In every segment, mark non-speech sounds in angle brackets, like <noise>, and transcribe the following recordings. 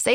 Say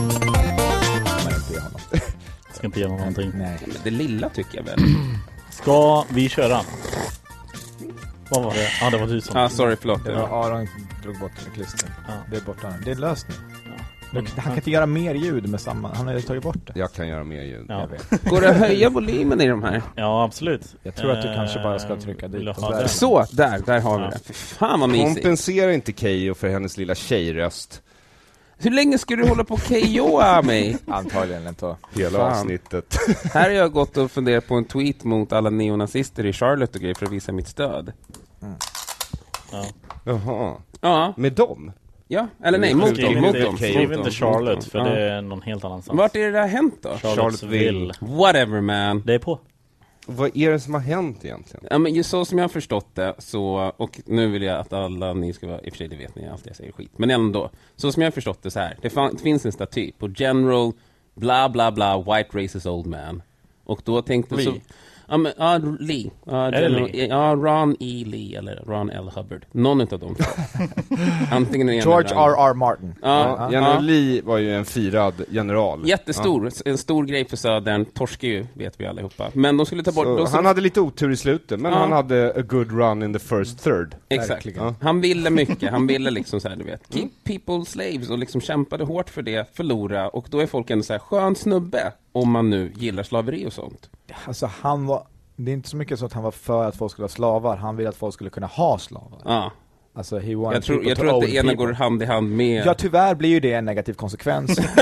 man inte ge <laughs> honom. Ska inte ge honom någonting. Nej. Det lilla tycker jag väl. Ska vi köra? Vad var det? Ja, det var du som... Ah, sorry, förlåt. Det var Aron drog bort klistret. Ja. Det är borta. Det är löst nu. Men- Han kan inte göra mer ljud med samma. Han har ju tagit bort det. Jag kan göra mer ljud. Ja. Jag <laughs> vet. Går det att höja volymen i de här? Ja, absolut. Jag tror att du Eh, kanske bara ska trycka dit vill du på ha där. den? Så, där, där har vi Ja. det. Fy fan vad mysigt. Kompensera inte Keyyo för hennes lilla tjejröst Hur länge ska du hålla på och KOa mig? Antagligen inte. hela Fan. avsnittet. <laughs> Här har jag gått och funderat på en tweet mot alla neonazister i Charlotte och grejer för att visa mitt stöd. Jaha. Ja, Med dem? ja, eller nej, Skriv mot Skriv dem, mot inte, dem. skriv mot inte dem, Charlotte, mot för dem. det Ja. är någon helt annanstans. Vart är det där hänt då? Charlottesville. Whatever man. Det är på. Vad är det som har hänt egentligen? Ja, men ju så som jag har förstått det, så, och nu vill jag att alla ni ska vara, i och för sig det vet ni alltid, jag säger skit, men ändå. Så som jag har förstått det så här, det, fan, det finns en staty på General bla bla bla white racist old man. Och då tänkte Lee. så... Ja, men, ja, Lee. Ja, det General- Lee? Ja, Ron E. Lee eller Ron L. Hubbard. Någon utav <laughs> dem. Antingen den ena George eller den andra. R.R. Martin. Ja, Ja, ja, General Lee var ju en firad general. Jättestor, en stor grej för Södern, torskar ju, vet vi allihopa. Men de skulle ta bort... Så de skulle- han hade lite otur i slutet, men Ja. han hade a good run in the first third. Exakt. Ja. Han ville mycket, han ville liksom så här, du vet, keep people slaves och liksom kämpade hårt för det, förlora och då är folk ändå så här, skön snubbe, om man nu gillar slaveri och sånt. Alltså han var, det är inte så mycket så att han var för att folk skulle ha slavar, han ville att folk skulle kunna ha slavar. Ja. Alltså he wanted Jag tror, people jag to tror att own det ena people. går hand i hand med... Ja tyvärr blir ju det en negativ konsekvens <laughs>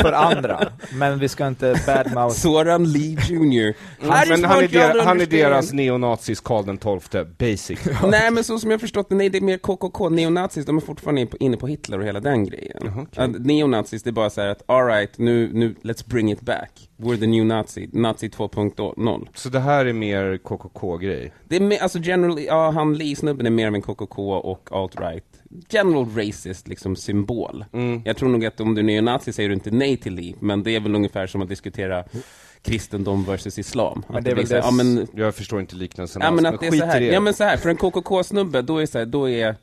för andra, men vi ska inte badmouth Soran Lee Jr. I just men han är, want y'all der- to han är deras understand. neonazis Karl den XII, <laughs> basic. Nej men så som jag förstått det, nej det är mer KKK, neonazis, de är fortfarande in på- inne på Hitler och hela den grejen. Att neonazis, det är bara så här att alright, nu, nu, let's bring it back. We're the new nazi, nazi 2.0. Så det här är mer KKK-grej. Det är mer, alltså general, ja han Lee-snubben är mer av en KKK och alt-right General racist liksom symbol Mm. Jag tror nog att om du är neonazi säger du inte nej till Lee Men det är väl ungefär som att diskula kristendom versus islam Men Att det är väl blir så här, det- ja, men, Jag förstår inte liknelsen ja, alls, men att det är så skit här. i det. Ja men så här, för en KKK-snubbe då är så här, då är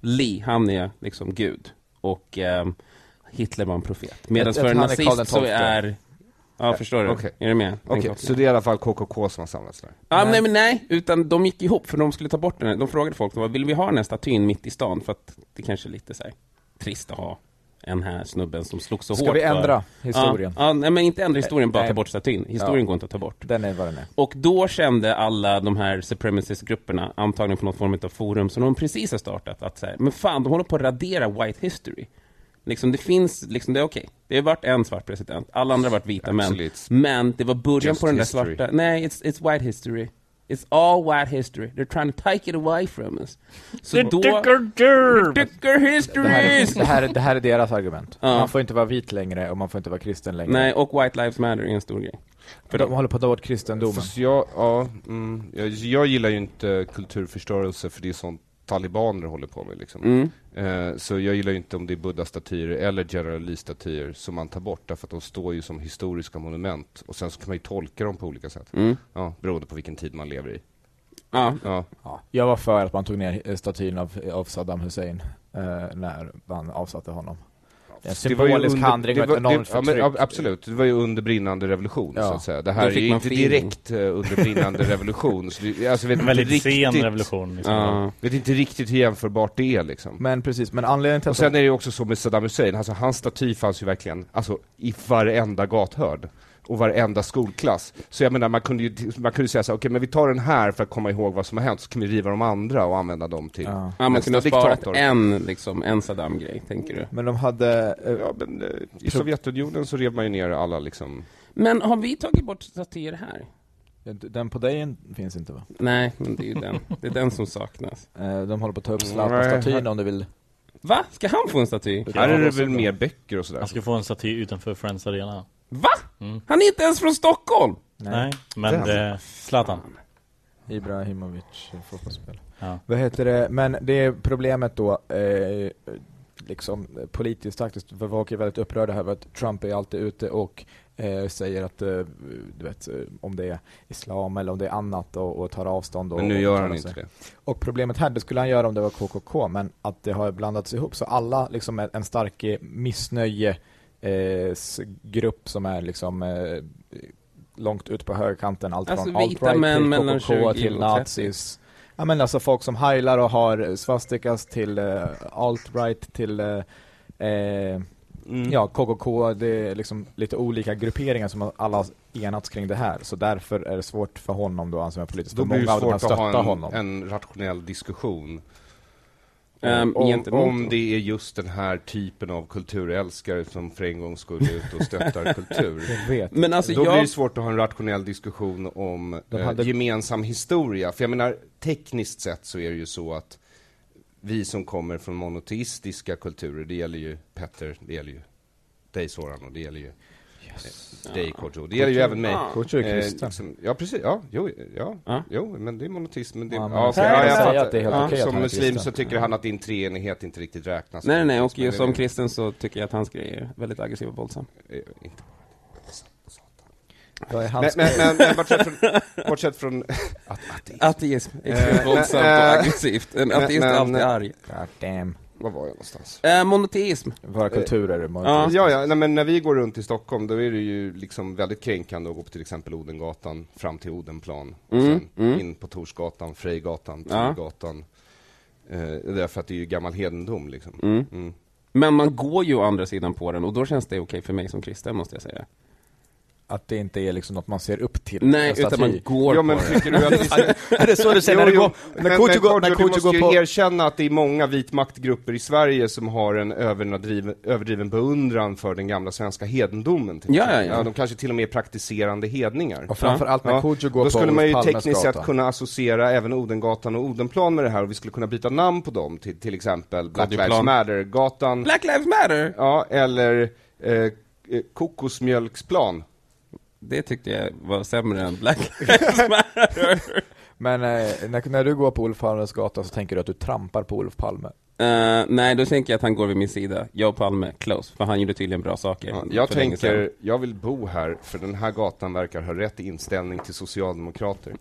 Lee, han är liksom gud Och ehm, Hitler var en profet Medan Jag- jag för en tror han är Karl nazist den så XII. är Ja, förstår du? Okej. Är du med? Den Okej, kopplingen. så det är i alla fall KKK som har samlats där. Ja, men nej, men nej, utan de gick ihop för de skulle ta bort den. här- De frågade folk, de bara, vill vi ha den här statyn mitt i stan? För att det kanske är lite så här trist att ha en här snubben som slog så Ska hårt vi ändra för... historien? Ja, ja, nej men inte ändra historien, bara Nej. ta bort statyn. Historien Ja. går inte att ta bort. Den är vad den är. Och då kände alla de här supremacist-grupperna, antagligen på något form av forum som de precis har startat, att så här, men fan, de håller på att radera white history. Liksom det finns, liksom det är okej. Det har varit en svart president, alla andra har varit vita Actually, män. it's Men det var början just på den där history. svarta, nej, it's, it's white history. It's all white history. They're trying to take it away from us. Så då... Tycker Det här, histories! det, här, det här är deras argument. Ja. Man får inte vara vit längre och man får inte vara kristen längre. Nej, och white lives matter är en stor grej. för de håller på att ta bort kristendomen. Fast jag, ja, mm, jag, jag gillar ju inte kulturförstörelse för det är sånt talibaner håller på med liksom. Mm. Eh, så jag gillar ju inte om det är buddha-statyer eller General Lee-statyer som man tar bort därför att de står ju som historiska monument och sen så kan man ju tolka dem på olika sätt. Ja, beroende på vilken tid man lever i. mm. Ja. Ja. Ja. Jag var för att man tog ner eh, statyn av, av Saddam Hussein eh, när man avsatte honom. En Det var ju symbolisk under- handling det och ett var- det- enormt ja, förtryck. men, ab- Absolut, det var ju under brinnande revolution Ja. så att säga. Det Då här är fick ju man inte feeling. direkt eh, under brinnande revolution. Så det, alltså, vet inte Väldigt riktigt, sen revolution. Liksom. Ja. Vet inte riktigt hur jämförbart det är liksom. Men precis, men anledningen till Och att... sen är det ju också så med Saddam Hussein, alltså hans staty fanns ju verkligen alltså, i varenda gathörn och varenda skolklass. Så jag menar, man kunde ju man kunde ju säga så här, okej men vi tar den här för att komma ihåg vad som har hänt, så kan vi riva de andra och använda dem till Ja. Ja, man nästa kunde ha sparat diktator. en, liksom, en Saddam-grej, tänker du. Men de hade... eh, Ja, men, eh, I Sovjetunionen så rev man ju ner alla liksom... Men har vi tagit bort statyer här? Den på dig finns inte va? Nej, men det är ju den. Det är den som saknas. Eh, De håller på att ta upp Nej. Zlatan-statyn om du vill. Va? Ska han få en staty? Här är det väl mer böcker och sådär. Alltså, Han ska få en staty utanför Friends Arena. Va? Mm. Han är inte ens från Stockholm! Nej. Nej, men Den. det, Zlatan. Ibrahimovic eh, fotbollsspelare. Ja. Vad heter det, men det är problemet då, eh, liksom eh, politiskt taktiskt, för folk är väldigt upprörda här för att Trump är alltid ute och eh, säger att, eh, du vet, eh, om det är islam eller om det är annat och, och tar avstånd. Och, Men nu och gör uttalar han sig. inte det. Och problemet här, det skulle han göra om det var KKK, men att det har blandats ihop. Så alla, liksom en- en stark eh, missnöje eh, s- grupp som är liksom eh, långt ut på högerkanten, allt Alltså från vita alt-right män till mellan 20 KKK och till 30. nazis. Ja men alltså folk som heilar och har svastikas till eh, alt-right till eh, eh, Mm. Ja, KKK, det är liksom lite olika grupperingar som alla har enats kring det här. Så därför är det svårt för honom då, han som är politisk, Då för blir det många av dem svårt att stöttar ha en, honom. en rationell diskussion Ehm, om, gentemot om då. det är just den här typen av kulturälskare som för en gång skulle ut <laughs> och stöttar kultur. Jag vet. Men alltså Då blir jag... det svårt att ha en rationell diskussion om De eh, hade- gemensam historia. För jag menar, tekniskt sett så är det ju så att vi som kommer från monoteistiska kulturer, det gäller ju Petter, det gäller ju dig Soran och det gäller ju eh, dig Kodjo. Det gäller ju även mig. Kutjo Eh, är kristen. liksom- ja precis, ja, jo, ja, Ja. jo, men det är monoteism. Men det, Ja, men ja, man okej, kan ja, säga fattar. att det är helt okej att Som han är muslim kristen. så tycker han att din treenighet inte riktigt räknas. Nej, nej, nej, och ju Men som Alltså, det- kristen så tycker jag att hans grej är väldigt aggressiv och våldsam. eh, inte. Vad är Men, hans men, men, men bortsett <laughs> från, bortsett från Ateism, extremt Eh, <laughs> våldsamt men, eh, och aggressivt. En men- ateist är alltid men- arg. God damn. Var var jag någonstans? Eh, monoteism. Våra kulturer. Ja, Ja. ja, nej, men när vi går runt i Stockholm då är det ju liksom väldigt kränkande att gå på till exempel Odengatan fram till Odenplan och sen in på Torsgatan, Frejgatan, Ja. Torggatan. Eh, därför att det är ju gammal hedendom liksom. Mm. Men man går ju å andra sidan på den och då känns det okej för mig som kristen, måste jag säga. Att det inte är liksom något man ser upp till. Nej, En staty. utan man går Ja på men den. tycker du att vi <laughs> Är <laughs> det så du säger? när Jo, du går, när jo, men- Kutjo men går, när Kodjo, Kutjo går Du på... måste ju erkänna att det är många vitmaktgrupper i Sverige som har en överdriven, överdriven beundran för den gamla svenska hedendomen. till Ja, exempel. ja, ja. De kanske till och med är praktiserande hedningar. Och framförallt när Kodjo går Då på skulle Olof man ju Palmes tekniskt sett gata. kunna associera även Odengatan och Odenplan med det här och vi skulle kunna byta namn på dem till till exempel Black Kodjoplan. Lives Matter-gatan, Black Lives Matter! ja, eller eh, eh, Kokosmjölksplan. Det tyckte jag var sämre än Black Lives Matter. Men eh, när, när du går på Olof Palmes gata så tänker du att du trampar på Olof Palme. Eh, nej, då tänker jag att han går vid min sida. Jag och Palme, close. För han gjorde tydligen bra saker. Ja, jag för länge sedan. tänker, jag vill bo här för den här gatan verkar ha rätt inställning till socialdemokrater.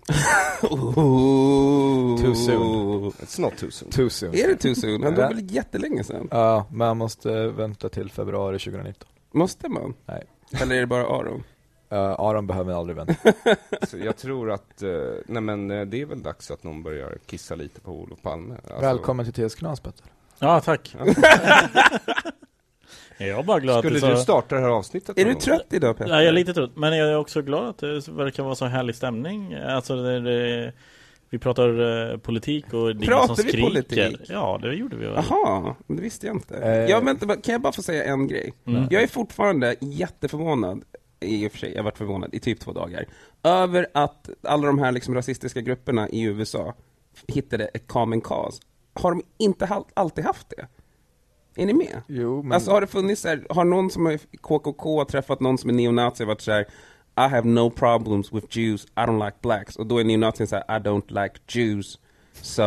Ooh. Too soon. It's not <laughs> too soon. Too soon. Är det too soon? Han dog Ja. väl jättelänge sedan? Ja, men man måste vänta till februari 2019. Måste man? Nej. Eller är det bara Aron? Eh, Aron behöver aldrig vänta. Alltså- Så jag tror att, eh, nej men eh, det är väl dags att någon börjar kissa lite på Olof Palme. Alltså, Välkommen till TS Knas, Petter. Ja, <laughs> tack. jag är bara glad Skulle att du du sa... starta det här avsnittet? Är någon du gång? trött idag Petter? Ja, jag är lite trött, men jag är också glad att det verkar vara så härlig stämning. Alltså, det, det, vi pratar eh, politik och det är ingen Pratar som vi skriker. politik? Ja, det gjorde vi. väl. Jaha, det visste jag inte. Eh. Ja, men, vänta, kan jag bara få säga en grej? Mm. Jag är fortfarande jätteförvånad, i och för sig, jag har varit förvånad i typ två dagar, över att alla de här liksom, rasistiska grupperna i USA hittade ett common cause. Har de inte ha- alltid haft det? Är ni med? Jo, men... Alltså har det funnits så här, har någon som är KKK träffat någon som är neonazi och varit så här I have no problems with Jews, I don't like blacks. Och då är neonazin så här I don't like Jews, so I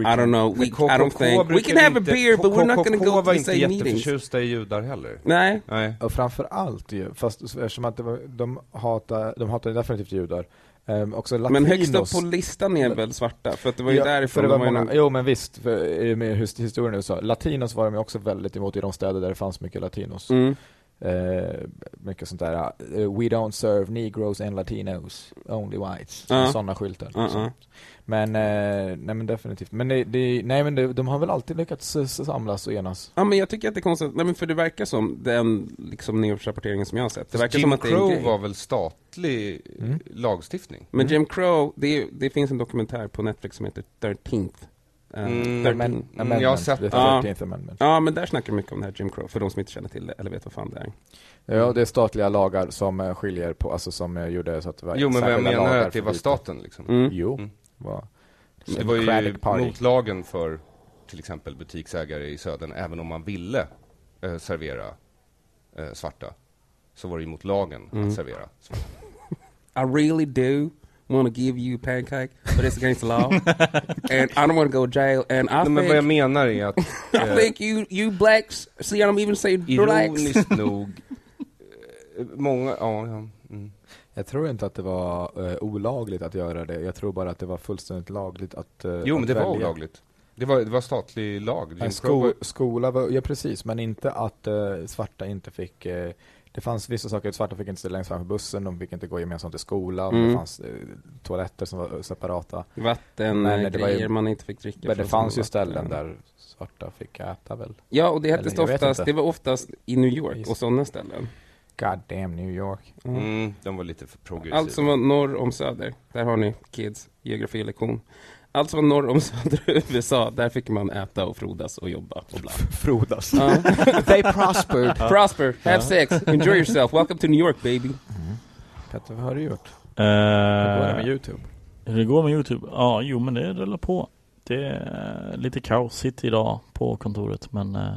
don't know, we, I don't think, we can have a beer but we're not gonna go to the same var inte meetings. jätteförtjusta i judar heller. Nej, Nej. Och framför allt ju, fast eftersom att det var, de hatar, de hatar definitivt judar, Ehm, också Men latinos. högst upp på listan är väl svarta? För att det var ju Ja, därifrån för det var de var ju många, någon- Jo men visst, för, i och med his- historien i USA. Latinos var de ju också väldigt emot i de städer där det fanns mycket latinos. Mm. Eh, mycket sånt där, eh, we don't serve negroes and latinos, only whites. Ja. Sådana skyltar. Ja, Så. ja. Men, eh, nej men definitivt. Men det, det, nej men det, de har väl alltid lyckats eh, samlas och enas. Ja men jag tycker att det är konstigt, nej men för det verkar som den liksom nyårsrapporteringen som jag har sett, det verkar Jim som att det är en Crow grej. var väl statlig eh, Mm. lagstiftning? Men Jim Crow, det, är, det finns en dokumentär på Netflix som heter 13th. Eh, Mm, 13th. Men, Mm, jag har sett det. det. Ja. 13th amendment. Ja men där snackar de mycket om det här Jim Crow, för de som inte känner till det, eller vet vad fan det är. Mm. Ja, det är statliga lagar som eh, skiljer på, alltså som eh, gjorde så att det var Jo, men vem särskilda menar lagar att för det var vita. staten liksom? Mm. Jo, Mm. var Det var ju Democratic Party. mot lagen för till exempel butiksägare i Södern, även om man ville eh, servera eh, svarta, så var det ju mot lagen Mm. att servera svarta. I really do wanna give you pancake, but it's against <laughs> the law. and I don't wanna go to jail, and I Nej, men vad jag think, menar är att <laughs> eh, I think you, you blacks, see I don't even say blacks. <laughs> ironiskt nog, eh, många, ja, ja mm. Jag tror inte att det var eh, olagligt att göra det. Jag tror bara att det var fullständigt lagligt att eh, Jo, att men det var välja. olagligt. Det var, det var statlig lag. Jim Nej, Crow sko var- skola var, ja precis, men inte att eh, svarta inte fick eh, det fanns vissa saker, svarta fick inte ställa längst framför bussen, de fick inte gå gemensamt i skolan, Mm. det fanns eh, toaletter som var eh, separata. Vatten, Nej, eh, det var ju- grejer man inte fick dricka. Men det från fanns ju vatten. Mm. ställen där svarta fick äta väl. Ja, och det Eller, hette jag vet oftast, inte. det var oftast i New York och Just. sådana ställen. God damn New York. Mm, de var lite för progressiva. Allt <laughs> som var norr om söder, där har ni kids, geografilektion. Allt som var norr om söder i USA, där fick man äta och frodas och jobba och bla. Frodas. Ja. They prospered. Prosper, have sex, <laughs> enjoy yourself, welcome to New York baby. Petter, vad har du gjort? Hur går det med Eh, YouTube? hur det går med Youtube? Ja, jo men det rullar på. Det är eh, lite kaosigt idag på kontoret men eh,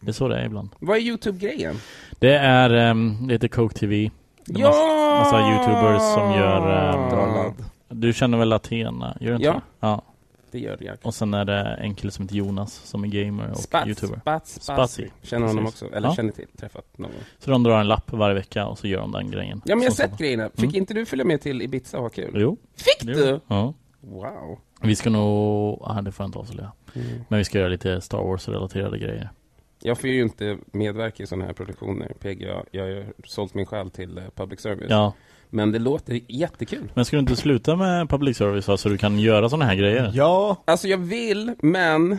det är så det är ibland. Vad är YouTube-grejen? Det är ehm, lite Coke TV. Det är massa- massa youtubers som gör, ehm, Dra ladd. Du känner väl Athena? Gör du inte Ja. det? ja. Det gör jag. Och sen är det en kille som heter Jonas som är gamer och Spats, youtuber. Spats, Spatsi. Spatsi. Känner honom Precis. också, eller Ja. känner till, träffat någon gång. Så de drar en lapp varje vecka och så gör de den grejen. Ja men jag har Så- sett grejerna, fick Mm. inte du följa med till Ibiza och ha kul? Jo. Fick jo. du? Ja. Wow. Vi ska nog... Ah, det får jag inte avslöja. Men vi ska göra lite Star Wars-relaterade grejer. Jag får ju inte medverka i sådana här produktioner, PGA. Jag har ju sålt min själ till eh, public service. Ja. Men det låter jättekul. Men ska du inte sluta med public service va, så du kan göra sådana här grejer? Ja, Alltså jag vill, men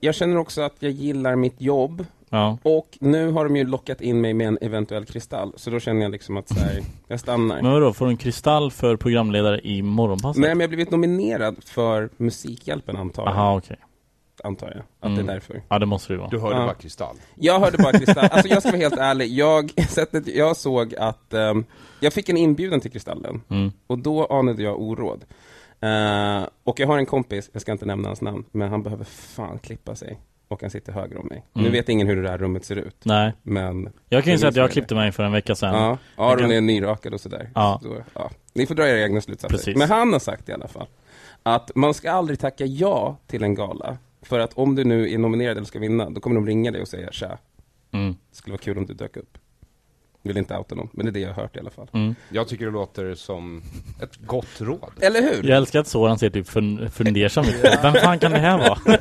jag känner också att jag gillar mitt jobb. Ja. Och nu har de ju lockat in mig med en eventuell kristall. Så då känner jag liksom att <laughs> så här, jag stannar. Men vadå, får du en kristall för programledare i morgonpasset? Nej, men jag har blivit nominerad för Musikhjälpen antar jag. Aha, okej. Antar jag. Att Mm. det är därför. Ja, det måste det ju vara. Du hörde Ja. bara kristall. Jag hörde bara Kristall, alltså jag ska vara helt ärlig, jag, <laughs> sättet jag såg att, ehm, jag fick en inbjudan till Kristallen, Mm. och då anade jag oråd. Eh, och jag har en kompis, jag ska inte nämna hans namn, men han behöver fan klippa sig. Och han sitter höger om mig. Nu Mm. vet ingen hur det där rummet ser ut, Nej. men... Jag kan ju Jag säga att minns vad jag det klippte mig för en vecka sedan. Ja, Aron kan- är nyrakad och sådär. Ja. Så, ja. Ni får dra era egna slutsatser. Precis. Men han har sagt i alla fall att man ska aldrig tacka ja till en gala. För att om du nu är nominerad eller ska vinna, då kommer de ringa dig och säga tja, Mm. det skulle vara kul om du dök upp. Vill inte outa någon, men det är det jag har hört i alla fall. Mm. Jag tycker det låter som ett gott råd. Eller hur? Jag älskar att Soran ser typ fun- fundersam <laughs> ut. Vem fan kan det här vara?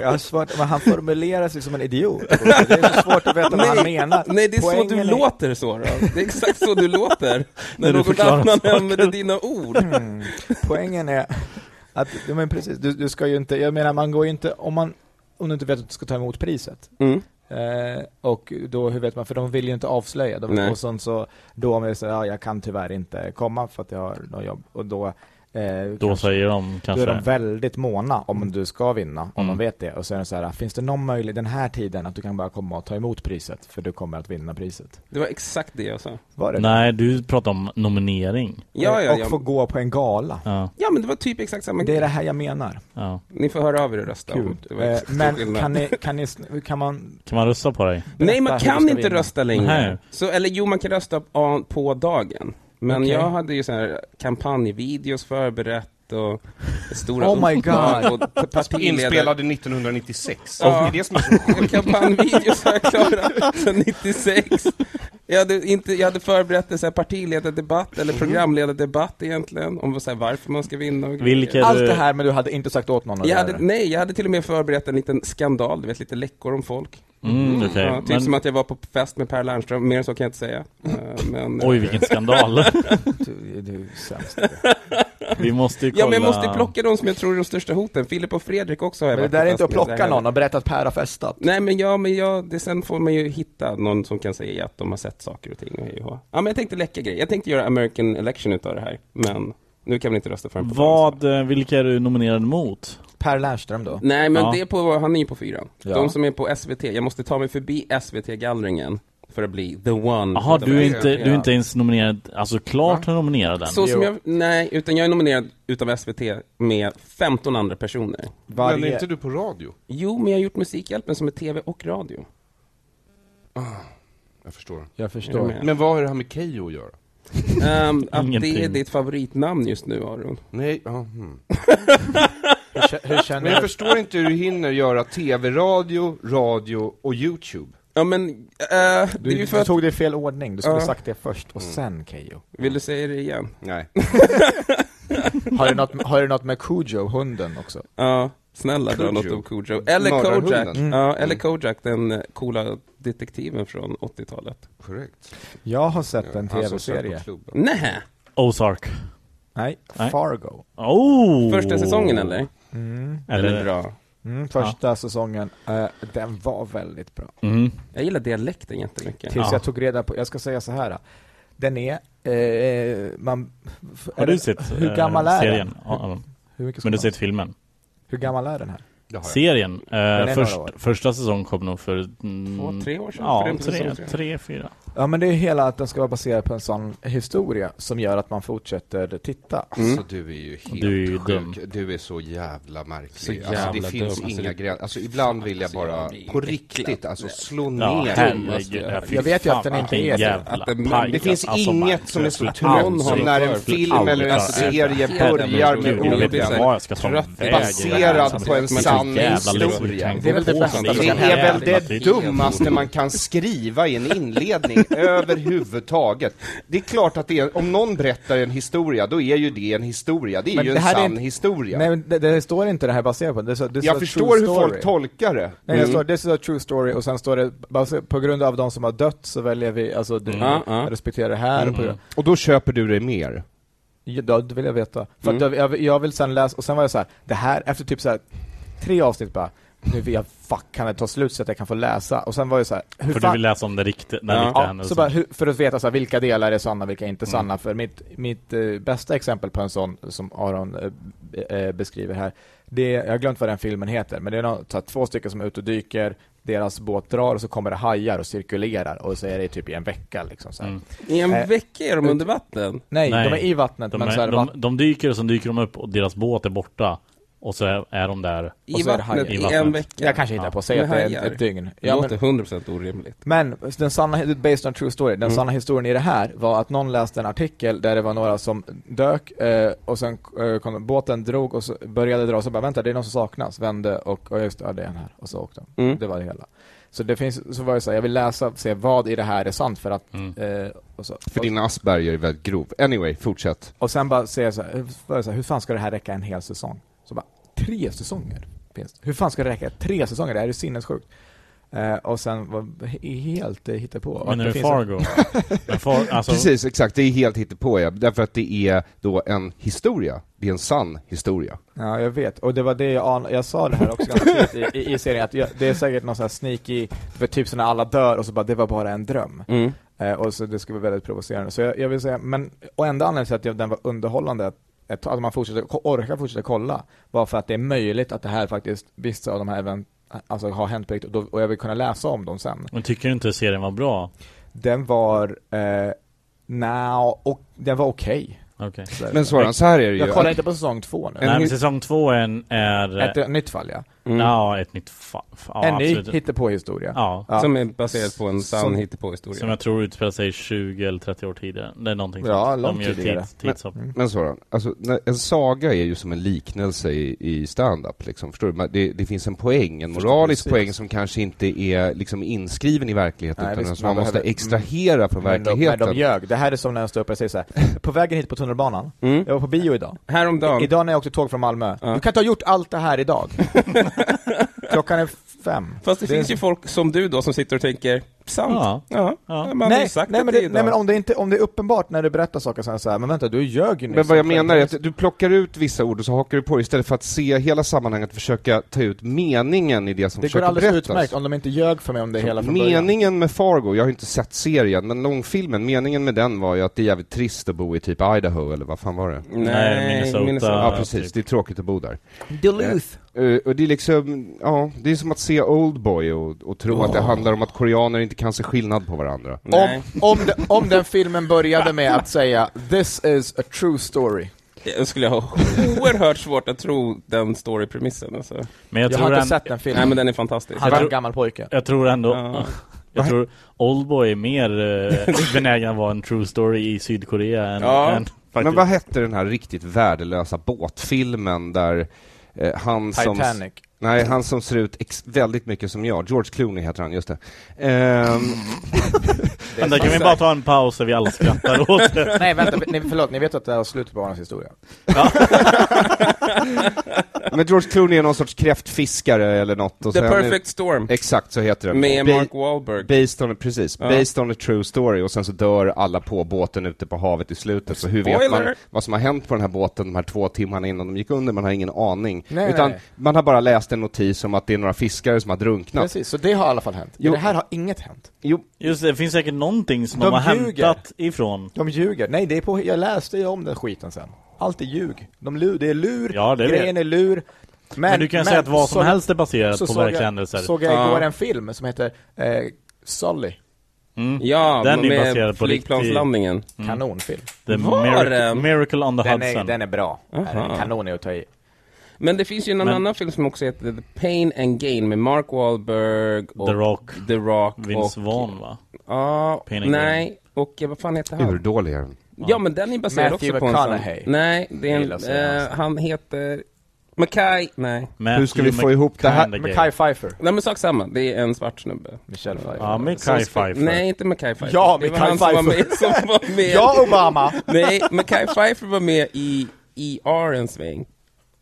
jag har svårt, men han formulerar sig som en idiot. Det är så svårt att veta vad han <laughs> menar. Ah, Nej, det är Poängen så du låter så då. Det är exakt så <laughs> du låter. när du någon förklarar annan saker. använder dina ord. Mm. Poängen är att, ja, men precis, du, du ska ju inte, jag menar man går ju inte, om man, om du inte vet att du ska ta emot priset. Mm. Eh, och då, hur vet man, för de vill ju inte avslöja. De, Nej. och sen så, då om jag säger, ja jag kan tyvärr inte komma för att jag har något jobb. Och då, eh, Då kanske- säger de då kanske... är de Alltså. väldigt måna om du ska vinna, om Mm. de vet det. Och så är det så här, finns det någon möjlighet den här tiden att du kan bara komma och ta emot priset, för du kommer att vinna priset? Det var exakt det jag sa. Var det Nej, du pratar om nominering. det? Ja, ja, och få ja. gå på en gala. Ja, ja men det var typ exakt samma Det är grej. det här jag menar. ja. Ni får höra av er och rösta om. Kul. Det var Eh, exakt men skillnad. kan ni, kan ni, sn- kan man, Kan man rösta på dig? Nej, man Berätta hur kan ska inte vi in? rösta längre. Nej. Så, eller jo, man kan rösta på, på dagen. Men Okej. jag hade ju så här kampanjvideos förberett Bildt och stora Oh my ord God. och partiledare. Inspelade 1996. Ja. Det är det som är <laughs> så En kampanjvideo så här klara sedan 96. Jag hade, inte, jag hade förberett en så här partiledardebatt Mm. eller programledardebatt egentligen, om så här varför man ska vinna och grejer. Vilka Allt du- det här men du hade inte sagt åt någon att jag göra hade, det? Nej, jag hade till och med förberett en liten skandal, du vet lite läckor om folk. Mm, okej. ja, typ Men- som att jag var på fest med Per Lernström, mer än så kan jag inte säga. Eh, Men, Oj vilken <laughs> skandal. Du, du är sämst. Vi måste ju kolla. Ja, men jag måste plocka de som jag tror är de största hoten. Filip och Fredrik också har jag Men det varit där på är inte att fest med, så plocka här. någon och berätta att Per har festat. Nej, men ja, men ja, det, sen får man ju hitta någon som kan säga att de har sett saker och ting och hej och hå. Ja, men jag tänkte läcka grejer. Jag tänkte göra American election utav det här, men nu kan vi inte rösta för en på dagen, så. Vad, eh, vilka är du nominerad mot? Per Lernström då? Nej, men Ja. det är på, han är ju på fyran. Ja. De som är på SVT, jag måste ta mig förbi SVT-gallringen för att bli the one. Jaha, utav du är, SVT. inte, du är inte ens nominerad, alltså klart nominerad än. Så Jo. som jag, nej, utan jag är nominerad utav SVT med 15 andra personer. Varje... Men är inte du på radio? Jo, men jag har gjort Musikhjälpen som är TV och radio. Jag förstår. Jag Är du förstår. med? Men vad har det här med Keyyo att göra? Ehm, <laughs> att Ingenting. det är ditt favoritnamn just nu, Aron. Nej, ja, hmm. Hur, kä- hur känner Men jag du? förstår inte hur du hinner göra TV, radio, radio och YouTube. Ja, men, eh, det är Du, ju för du att... tog det i fel ordning, du skulle Ja. Mm. sagt det först och sen Keyyo. Vill du säga det igen? Nej. Har du något, har du något med Cujo, hunden också? Ja, snälla dra Cujo. något om Cujo. Eller Mördarhunden. Kojak. Mm. Ja, eller Kojak, den eh, coola detektiven från 80-talet. Korrekt. Alltså, Jag har sett en Han alltså, som satt på tv-serie. klubben. Nähä! Ozark. Nej, Nej. Fargo. Oh! Första säsongen eller? Eller, Den är bra. Mm, första säsongen, eh, den var väldigt bra. Mm. Jag gillar dialekten jättemycket. Tills Ja. jag tog reda på, jag ska säga så här. Den är, eh, man... f- Har är du det- sett Hur eh, gammal är serien? den? Ja, ja. Hur, mycket ska Men du man- har sett filmen? hur gammal är den här? Det har jag. Serien, eh, är först, några år. första säsong kom nog för... Mm, Två, tre år sedan? För Ja, den på tre, säsong tre. tre, fyra. Ja men det är hela att den ska vara baserad på en sån historia som gör att man fortsätter titta. Mm. Alltså du är ju helt Du är ju sjuk. dum. Du är så jävla märklig. Så alltså jävla det finns dum. Alltså, inga det- gränser. Alltså ibland vill jag Alltså, jag bara, blir på äcklad. riktigt, alltså slå Ja, ner. herregud. ja, fy Jag vet ju att den fan, inte vilken är så. jävla Att den- paj, Det finns alltså, man- inget som är så aldrig- trött som när en aldrig- film eller en aldrig- serie aldrig- börjar aldrig- med Gud, jag vet inte orden. vad jag ska ta Trött, vägen. baserad på en Men så sann jävla historia. Det är väl det bästa Det som är väl det dumma. dummaste man kan skriva i en inledning överhuvudtaget. Det är klart att det är, om någon berättar en historia, då är ju det en historia. Det är Men ju det en här är sann inte- historia. Nej men det, det står inte det här baserat på, det, är så- det är så jag true förstår hur folk story. tolkar det. Mm. Nej, Mm. det står this is a true story och sen står det base- på grund av de som har dött så väljer vi, alltså du, Mm. Ja, ja. respekterar det här och på, Och då köper du dig mer. Ja, då- det vill jag veta. För Mm. att jag- jag, jag vill sen läsa, och sen var jag så här, det här, efter typ så här, tre avsnitt bara, nu vill jag, fuck kan det ta slut så att jag kan få läsa? Och sen var jag så här, hur För du fan- vill läsa om det riktigt, den Ja. riktiga Ja, så händelsen. bara, hur, för att veta så här, vilka delar är sanna, vilka är Mm. inte sanna. För mitt, mitt eh, bästa exempel på en sån som Aron eh, b- eh, beskriver här, det är, jag har glömt vad den filmen heter, men det är någon, så här, två stycken som är ute och dyker, deras båt drar och så kommer det hajar och cirkulerar och så är det typ i en vecka liksom så här. I en Eh, vecka är de under vatten. Nej, Mm. Nej. de är i vattnet de, men så är, här, de, vatt- de dyker och sen dyker de upp och deras båt är borta. Och så är, är de där. I Och så är det vattnet hajar. i I en vattnet. vecka. jag kanske hittar på att säga Med att det är hajar. ett, ett dygn. Det Ja, men- låter 100% orimligt. Men den sanna, based on true story, den Mm. sanna historien i det här var att någon läste en artikel där det var några som dök eh, och sen eh, kom, båten drog och så började dra och så bara vänta det är någon som saknas, vände och, och just ja, det är en här och så åkte de. Mm. Det var det hela. Så det finns, så var jag så här, jag vill läsa, se vad i det här är sant för att, eh, och, så, Mm. För och, din Asperger är väldigt grov. Anyway, fortsätt. och sen bara se så här, hur- var jag så här, hur fan ska det här räcka en hel säsong? Så bara, tre säsonger? Finns det. Hur fan ska det räcka tre säsonger? Det här är sinnessjukt. Eh, och sen var he- helt eh, hittepå. Och att Men är det finns en- Fargo? Men far, alltså, Precis, exakt. Det är helt hittepå, ja. Därför att det är då en historia. Det är en sann historia. Ja, jag vet. Och det var det jag anade. Jag sa det här också ganska tidigt i, i, i serien, att jag, det är säkert någon sån här sneaky, för typ så när alla dör och så bara, det var bara en dröm. Mm. Eh, och så det skulle vara väldigt provocerande. Så jag, jag vill säga, men, och enda anledningen till att jag, den var underhållande, att, ett- att man fortsätter, ko- orkar fortsätta kolla, var för att det är möjligt att det här faktiskt, vissa av de här event, alltså har hänt på riktigt, och, då, och jag vill kunna läsa om dem sen. Men tycker du inte serien var bra? Den var, eh, nja, och den var okej. Okej. Men Soran, så här är det ju. Jag kollar inte på säsong två nu. En Nej men ny- säsong två är, en- är Ett nytt fall ja. Ja, ett nytt fa- fa- ja, en ny absolut. hittepåhistoria. Ja, Ja. Som är baserat på en sann Som- som hittepåhistoria. jag tror utspelar sig 20 eller 30 år tidigare. Det är någonting Ja, sånt. långt De gör tidigare. mm. Tids, tidshopp. Men Soran, alltså, när- en saga är ju som en liknelse i, i stand-up. Liksom, förstår du? Men Det, det finns en poäng, en Förstår moralisk precis. poäng som kanske inte är liksom, inskriven i verkligheten Nej, utan visst, som man man måste behöver- mm. extrahera från Men de, liksom men verkligheten. de ljög. Det här är som när en ståuppare säger så här. på vägen hit på tunnelbanan, Mm. jag var på bio idag. Häromdagen. I- Idag när jag åkte tåg från Malmö. Du kan inte ha gjort allt det här <laughs> idag. Klockan är fem. Fast det, finns ju folk som du då som sitter och tänker, sant. Ja. Ja. ja. Ja. Man har ju nej, sagt nej, att men det, det, är nej idag. men om det, inte, om det är uppenbart när du berättar saker så är det så här, men vänta du ljög ju nyss. Men vad jag menar är att du plockar ut vissa ord och så hakar du på istället för att se hela sammanhanget och försöka ta ut meningen i det som Det går försöker alldeles berättas. utmärkt om de inte ljög för mig om det hela från början. Meningen med Fargo, jag har ju inte sett serien, men långfilmen, meningen med den var ju att det är jävligt trist att bo i typ Idaho, eller vad fan var det? Nej, Minnesota. Ja, Ja, precis, typ. det är tråkigt att bo där. Duluth. Eh, och det är liksom, ja, det är som att se Oldboy och, och tro att det handlar om att koreaner inte kan se skillnad på varandra. Om, om, de, om den filmen började med att säga 'This is a true story' Jag skulle ha oerhört svårt att tro den storypremissen alltså. Men jag, Jag, tror har inte en, sett den filmen. Nej men den är fantastisk. Han Jag var tror- en gammal pojke. jag tror ändå... Ja. <laughs> Jag tror Oldboy är mer eh, <laughs> benägen att vara en true story i Sydkorea än... Ja. än Men faktiskt. vad hette den här riktigt värdelösa båtfilmen där eh, han som... Titanic. Nej, han som ser ut ex- väldigt mycket som jag. George Clooney heter han, just det. Ehm, Men där kan vi bara ta en paus där vi <laughs> alla skrattar åt det. Nej vänta, ni, förlåt, ni vet att det här är slutet på barnens historia? men George Clooney är någon sorts kräftfiskare eller något. Och The så är han- Perfect Storm. Exakt, så heter den. Med Ba- Mark Wahlberg. Based on, precis, Ja. based on a true story och sen så dör alla på båten ute på havet i slutet. Så hur vet man Spoiler! vad som har hänt på den här båten de här två timmarna innan de gick under? Man har ingen aning. Nej, Utan nej. man har bara läst en notis om att det är några fiskare som har drunknat. Precis, så det har i alla fall hänt. Jo. Jo. Det här har inget hänt. Jo, Just det, det finns säkert någonting som de, De har ljuger. hämtat ifrån. De ljuger. Nej, det är på, jag läste ju om den skiten sen. Allt är ljug. De lur, det är lur, Ja, det vet. grejen är lur. Men, Men, du kan säga att vad som så- helst är baserat så på såg jag- verkliga händelser. såg jag igår Ja. en film som heter eh, Sully, Mm. Ja, Den är med baserad på flygplanslandningen. kanonfilm. The Var det? miracle, miracle on the Den Mm. Hudson. är, den är bra. Aha. Kanon är att ta i. Men det finns ju någon Men- annan film som också heter The Pain and Gain med Mark Wahlberg och The Rock. The Rock Vince och... Vaughn va? Ja, Pain and nej. Och eh, vad fan heter han? urdålig är den. Ja, men den är baserad Matthew också på en sån. McConaughey. Nej, det är Jag en, gillar att säga eh, han heter... Mackay, nej. Matthew Hur ska vi få ihop det här? McConaughey. Med Kai Pfeiffer. Nej men sak samma, det är en svart snubbe. Michelle Pfeiffer. Ja, med Som Kai spe- Pfeiffer. Nej, inte Mackay Pfeiffer. Ja, Det var Mackay han som var Pfeiffer. med- <laughs> Som var med. Ja, Obama! Nej, Mackay Pfeiffer var med i ER en sväng.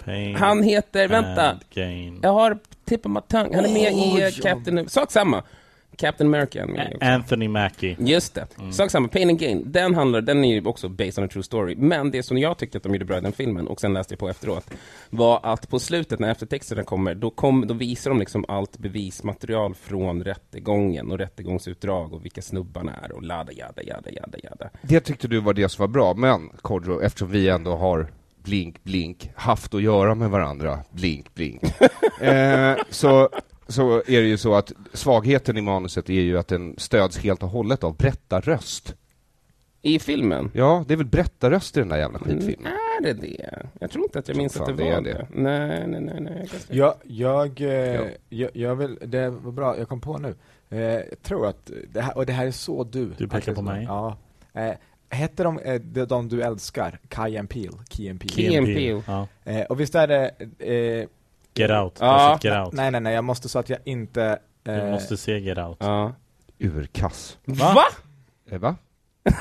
Pain Mm. Han heter, vänta, and Gain. jag har tippen av tongue. Han är med i eh, Captain, sak samma. Captain America är han med i också. Anthony Mackie. Just det. Sak samma, Pain and Gain. Den handlar, den är ju också based on a true story. Men det som jag tyckte att de gjorde bra i den filmen, och sen läste jag på efteråt, var att på slutet när eftertexterna kommer, då, kom, då visar de liksom allt bevismaterial från rättegången och rättegångsutdrag och vilka snubbarna är och lada, jada, jada, jada, jada. Det tyckte du var det som var bra, men Kodjo, eftersom vi ändå har blink, blink, haft att göra med varandra, blink, blink, eh, så, så är det ju så att svagheten i manuset är ju att den stöds helt och hållet av berättarröst. I filmen. Mm, Ja, det är väl berättarröst i den där jävla skitfilmen. Är det det? Jag tror inte att jag minns Fan, att det det var är det. det. Nej, nej, nej. nej. jag kan Typ. säga. Jag, jag, eh, Ja. jag, jag vill, det var bra, jag kom på nu. Eh, jag tror att, det här, och det här är så du. Du pekar Att det- på mig. Ja. Eh, hette de, eh, de, de du älskar, Kai and Peel? Key and Peele? Key and Peele. Ja. Eh, och visst är det, eh, Get out. Ja. Ja. Get out. nej nej nej, jag måste så att jag inte eh, Du måste se Get out. Ja. Urkass. Va? Eh, va? eh,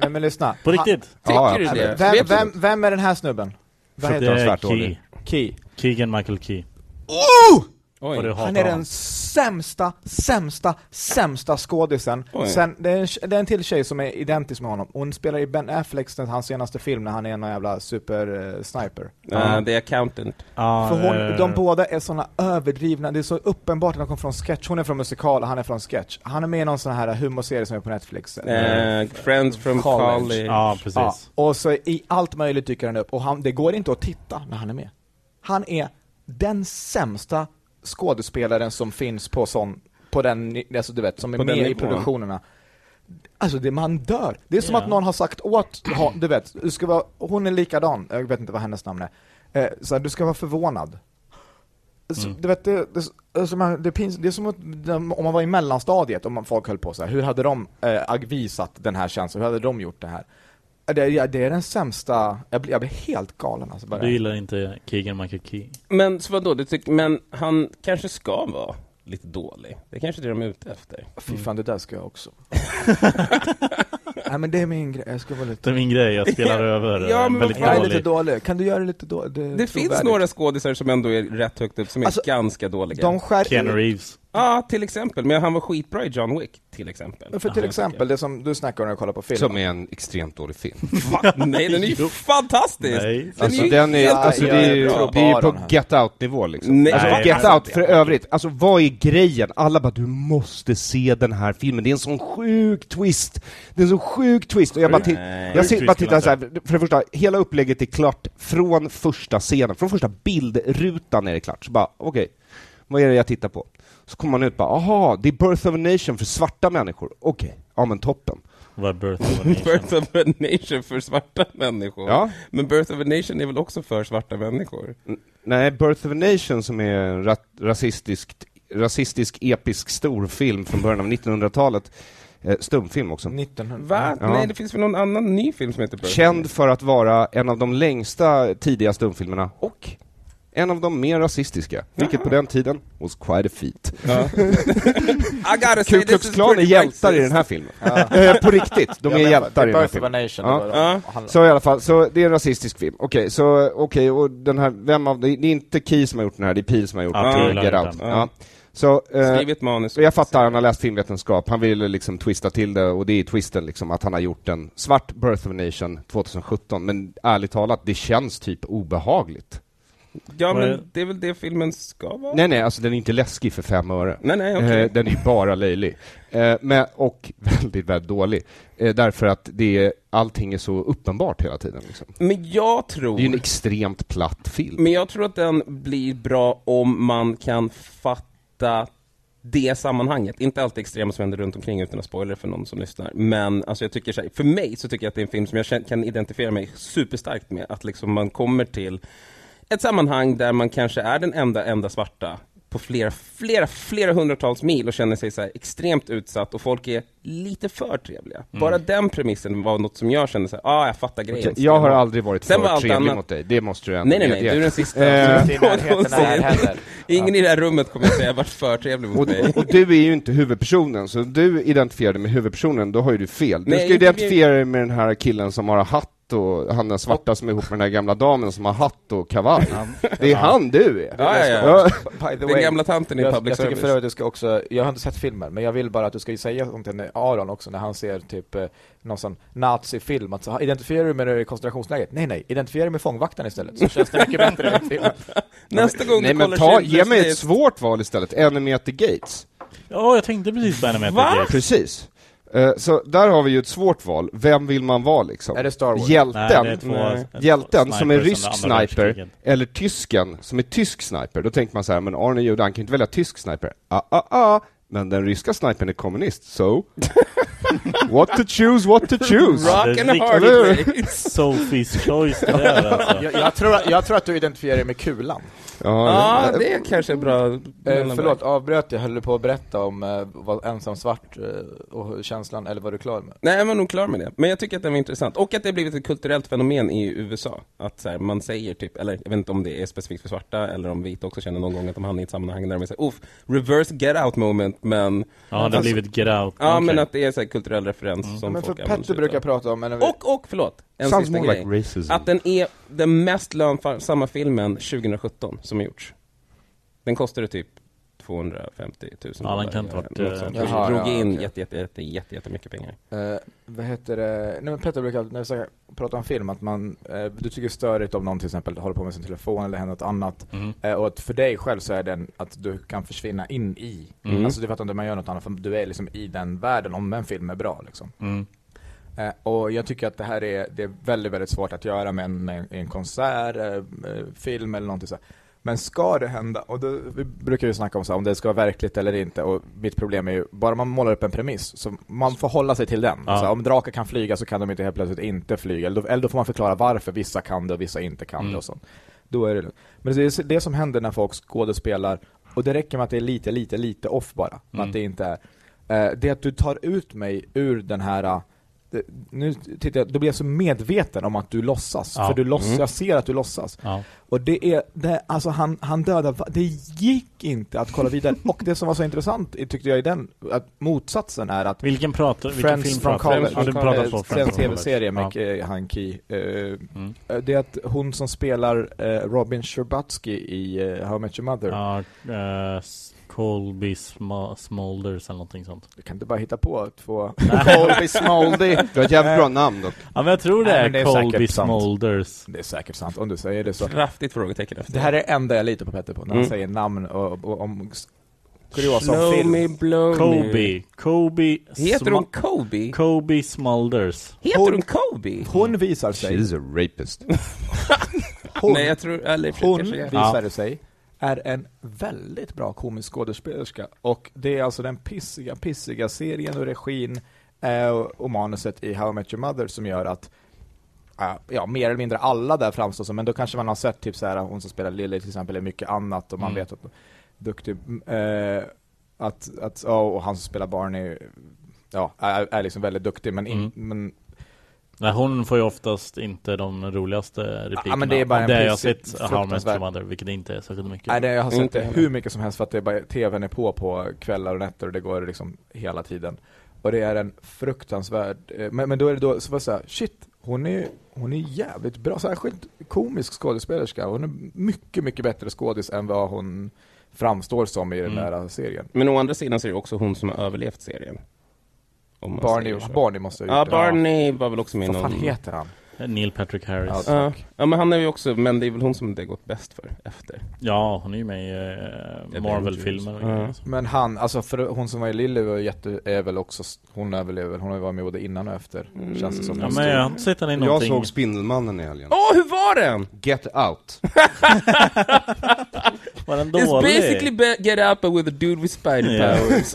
nej men lyssna. På riktigt? Tycker Ja, du absolut. det? Ha, vem, Vet du vem, vem är den här snubben? Vad Det heter han? är svart Key. ordning. Key. Keegan Michael Key. Oj. Och du hatar Han är den honom. sämsta, sämsta, sämsta skådisen. Oj. Sen, det, är en, det är en till tjej som är identisk med honom. Hon spelar i Ben Afflecks, den- hans senaste film, när han är en jävla super-sniper. Ja, det är accountant. Ja, För hon, eh, de båda är såna överdrivna, det är så uppenbart att de kommer från sketch. Hon är från musikal och han är från sketch. Han är med i någon sån här humorserie som är på Netflix. Eh, friends from College. college. Ja, precis. Ja, och så i allt möjligt dyker han upp och han, det går inte att titta när han är med. Han är den sämsta skådespelaren som finns på sån, på den, ni- alltså du vet, som är På den med i nivån. produktionerna. Alltså det, man dör. Det är som Ja. att någon har sagt åt ha- du vet, du ska vara, hon är likadan, jag vet inte vad hennes namn är. Eh, så här, du ska vara förvånad. Så, Mm. Du vet, det, det, alltså man, det, pins, det är som att de, om man var i mellanstadiet, om man, folk höll på så här, hur hade de eh, ag- visat den här känslan, hur hade de gjort det här? Eh, Det, ja, det är den sämsta, jag blir, jag blir helt galen alltså bara. Du gillar inte Keegan Michael Key? Men så vadå, du tycker, men han kanske ska vara lite dålig. Det är kanske det de är ute efter. Fy fan, det där ska jag också. Nej men det är min grej, jag ska vara lite... Det är min grej, jag spelar över Ja, ja, men men väldigt vad Jag fan. är dålig. lite dålig, kan du göra det lite dåligt? Det finns några skådisar som ändå är rätt högt upp, som är Alltså, ganska dåliga. De Keanu skär Reeves. Ja, till exempel. Men han var skitbra i John Wick, till exempel. För till exempel det som du snackar om när du kollar på film. Som är en extremt dålig film. Va? Nej, den är ju fantastisk! Nej. är Alltså ju den är, helt alltså det jag är, är ju- bra. det är ju på Baron här. get out nivå liksom. Nej, alltså, nej, get nej. out för övrigt, alltså vad är grejen? Alla bara du måste se den här filmen, det är en sån sjuk twist. Det är en sån sjuk twist. Och jag bara, titt- Nej. jag Sjuk sit, twist, bara tittar Lasse. så här. för det första, hela upplägget är klart från första scenen, från första bildrutan är det klart. Så bara, okej, vad är det jag tittar på? Så kommer man ut bara, aha, det är Birth of a Nation för svarta människor. Okej, ja men toppen. Vad är Birth of a Nation? Birth of a Nation för svarta människor. Ja. Men Birth of a Nation är väl också för svarta människor? Nej, Birth of a Nation som är en ra- rasistiskt, rasistisk episk storfilm från början av 1900-talet. Eh, stumfilm också. 1900. Va? Ja. Nej, det finns väl någon annan ny film som heter Birth of a Känd för att vara en av de längsta tidiga stumfilmerna och en av de mer rasistiska, vilket på den tiden was quite a feat. <laughs> Ja. I gotta say Ku this Klux is Klan är pretty hjältar i racist. den här filmen. <laughs> Eh, på riktigt, de är hjältar i den här Birth of a filmen. Nation, Ja. det var det Ja. handlade om. Så i alla fall, så det är en rasistisk film. Okej, så okej, och den här, vem av, det är inte Key som har gjort den här, det är Pil som har gjort Ja, den. Peele Get har gjort Out. den. Ja. Så, eh, Skriv ett manus. Så jag fattar, han har läst filmvetenskap, han vill liksom twista till det och det är twisten liksom att han har gjort en svart Birth of a Nation 2017 men ärligt talat, det känns typ obehagligt. Ja, Vad men är- det är väl det filmen ska vara? Nej nej, alltså den är inte läskig för fem öre. Nej, nej, okej. Eh, den är ju bara löjlig. Eh, men, och <laughs> väldigt, väldigt dålig. Eh, därför att det är, allting är så uppenbart hela tiden. Liksom. Men jag tror... Det är ju en extremt platt film. Men jag tror att den blir bra om man kan fatta det sammanhanget. Inte allt det extrema som händer runt omkring utan att spoiler för någon som lyssnar. Men alltså jag tycker så här, för mig så tycker jag att det är en film som jag kän- kan identifiera mig superstarkt med. Att liksom man kommer till ett sammanhang där man kanske är den enda, enda svarta på flera, flera, flera hundratals mil och känner sig så här extremt utsatt och folk är lite för trevliga. Mm. Bara den premissen var något som jag kände så här, ah, jag fattar grejen. Jag har aldrig varit Sen var för allt trevlig annat- mot dig, det måste du ändå Nej, nej, nej, medge. du är den sista. Eh, Inte i närheten när det här händer. <laughs> Ingen i det här rummet kommer att säga varit för trevlig mot Och, mig. och du är ju inte huvudpersonen, så om du identifierar dig med huvudpersonen, då har ju du fel. Du Nej, ska inte identifiera dig med den här killen som har hatt och han den svarta som är ihop med den här gamla damen som har hatt och kavaj. Det är han du är! Ja, ja, ja. By the Den gamla tanten i jag, public jag tycker för service. övrigt du ska också, jag har inte sett filmen, men jag vill bara att du ska säga sånt till Aron också när han ser typ eh, någon sån nazifilm, att så, identifierar du med det i koncentrationslägret? Nej nej, identifiera dig med fångvaktaren istället, så känns det mycket bättre i filmen. Nästa gång Nej du men kollar ta, Schindler's ge mig ett List- svårt val istället, Enemy at the Gates. Ja, jag tänkte precis på henne med Va? att det är- Precis. Eh, Så där har vi ju ett svårt val, vem vill man vara liksom? Är det Star Wars? Nej, det är Hjälten, två- Nej. två Hjälten som är snipers rysk under andra sniper, världskriget. eller tysken som är tysk sniper, då tänker man så här, men Arne Jude, han kan ju inte välja tysk sniper. Ah, ah, ah. Men den ryska snipern är <laughs> kommunist, so... what to choose, what to choose! Ja, det är Rock and a riktigt- hard Eller <laughs> place. Sophie's choice det <laughs> där <laughs> alltså. Jag, jag, tror, jag tror att du identifierar dig med kulan. Ja, Ja, det är kanske en bra... Eh, förlåt, avbröt jag, höll du på att berätta om eh, vad ensam svart eh, och känslan, eller var du klar med? Nej, jag var nog klar med det. Men jag tycker att den var intressant. Och att det har blivit ett kulturellt fenomen i USA. Att så här, man säger typ, eller jag vet inte om det är specifikt för svarta, eller om vita också känner någon gång att de hamnar i ett sammanhang där de är såhär, uff, reverse get out moment, men... Alltså- Ja, det har blivit get out. Ja, Okej. men att det är så här kulturell referens som Mm. Men för folk använder sig Petter brukar utav. prata om, eller Och, och förlåt, en Sounds sista more grej. like racism. Att den är den mest lönsamma filmen 2017 som har gjorts. Den kostade typ 250 000 Ja, den kan inte dollar, varit, något eh, sånt. Jaha, drog ja, in okej. jätte, jätte, jätte, jätte, jättemycket pengar. Eh, vad heter det? Nej men Petter brukar, när vi ska prata om film, att man, eh, du tycker det är störigt om någon till exempel håller på med sin telefon eller händer något annat. Mm. Eh, och att för dig själv så är den att du kan försvinna in i. Mm. Alltså du fattar inte, man gör något annat, för du är liksom i den världen om en film är bra liksom. Mm. Eh, och jag tycker att det här är, det är väldigt, väldigt svårt att göra med en, med en konsert, eh, eh, film eller någonting så. här. Men ska det hända, och då, vi brukar ju snacka om så här, om det ska vara verkligt eller inte, och mitt problem är ju, bara man målar upp en premiss, så man får hålla sig till den. Ja. Så här, om drakar kan flyga så kan de inte helt plötsligt inte flyga, eller då, eller då får man förklara varför vissa kan det och vissa inte kan det och sånt. då är det lugnt. Men det är det som händer när folk skådespelar, och det räcker med att det är lite, lite, lite off bara, men att det inte är. Eh, det är att du tar ut mig ur den här eh, det- nu tittar jag, då blir jag så medveten om att du låtsas, Ja. för du låtsas, Mm. jag ser att du låtsas. Ja. Och det är, det, alltså han, han dödade, va- det gick inte att kolla <laughs> vidare. Och det som var så intressant i- tyckte jag i den, att motsatsen är att Vilken, pratar, vilken Friends film från pratar College, Ja, du pratar eh, så. sen Friends from tv-serie med College. eh, han Key. eh, Mm. eh, Det är att hon som spelar eh, Robin Scherbatsky i eh, How I Met Your Mother, Ja, eh, Colby Sma- Smulders eller någonting sånt. du kan inte bara hitta på två Colby Smoldy. <laughs> Du har ett jävligt bra namn dock. Ja men jag tror det Nej, är, men det är Colby säkert sant. Smulders. Det är säkert sant om du säger det så. Kraftigt frågetecken efter. Det här är det enda jag litar på Petter på, när han Mm. säger namn och, och om s- kuriosa om Blow film. me, blow me. Kobe. Kobe. Heter hon Sma- Kobe? Kobe Smulders. Heter hon Kobe? Hon visar sig, She's a rapist. hon, Nej, jag tror... Eller, hon kanske jag- visade sig, är en väldigt bra komisk skådespelerska. Och det är alltså den pissiga, pissiga serien och regin eh, och manuset i How I Met Your Mother som gör att eh, Ja, mer eller mindre alla där framstår som, men då kanske man har sett typ så här hon som spelar Lily till exempel, är mycket annat och man vet att duktig, mm, eh, att, att, ja, och han som spelar Barney, ja, är, är liksom väldigt duktig men, in, Mm. men Nej hon får ju oftast inte de roligaste replikerna. Ja, men det är bara Av en det jag har pissig- sett How I Met fruktansvärd- Your Mother, vilket inte är särskilt mycket. Nej, det, jag har sett Inte det heller. hur mycket som helst för att det är bara, tvn är på på kvällar och nätter och det går liksom hela tiden. Och det är en fruktansvärd, eh, men, men då är det då, så var det så här, shit, hon är, hon är jävligt bra, särskilt komisk skådespelerska. Hon är mycket, mycket bättre skådis än vad hon framstår som i den Mm. där serien. Men å andra sidan så är det också hon som har överlevt serien. Om man Barney, säger så. Barney måste ha Ja, gjort det. Barney var väl också med i Vad fan någon... heter han? Neil Patrick Harris. Ja. Ja, Ja, ja, men han är ju också... Men det är väl hon som det har gått bäst för efter. hon är ju med i eh, Avengers. Marvel-filmer och Ja. grejer. Men han, alltså för hon som var i Lily var jätte, är väl också, hon överlever väl, hon har ju varit med både innan och efter, Mm. känns det som. Ja, Hon stod- men jag har inte sett henne i Jag någonting. såg Spindelmannen i helgen. Åh, oh, hur var den? Get out. Var den It's dålig? basically be- Get Up but with a dude with spider Yeah. powers.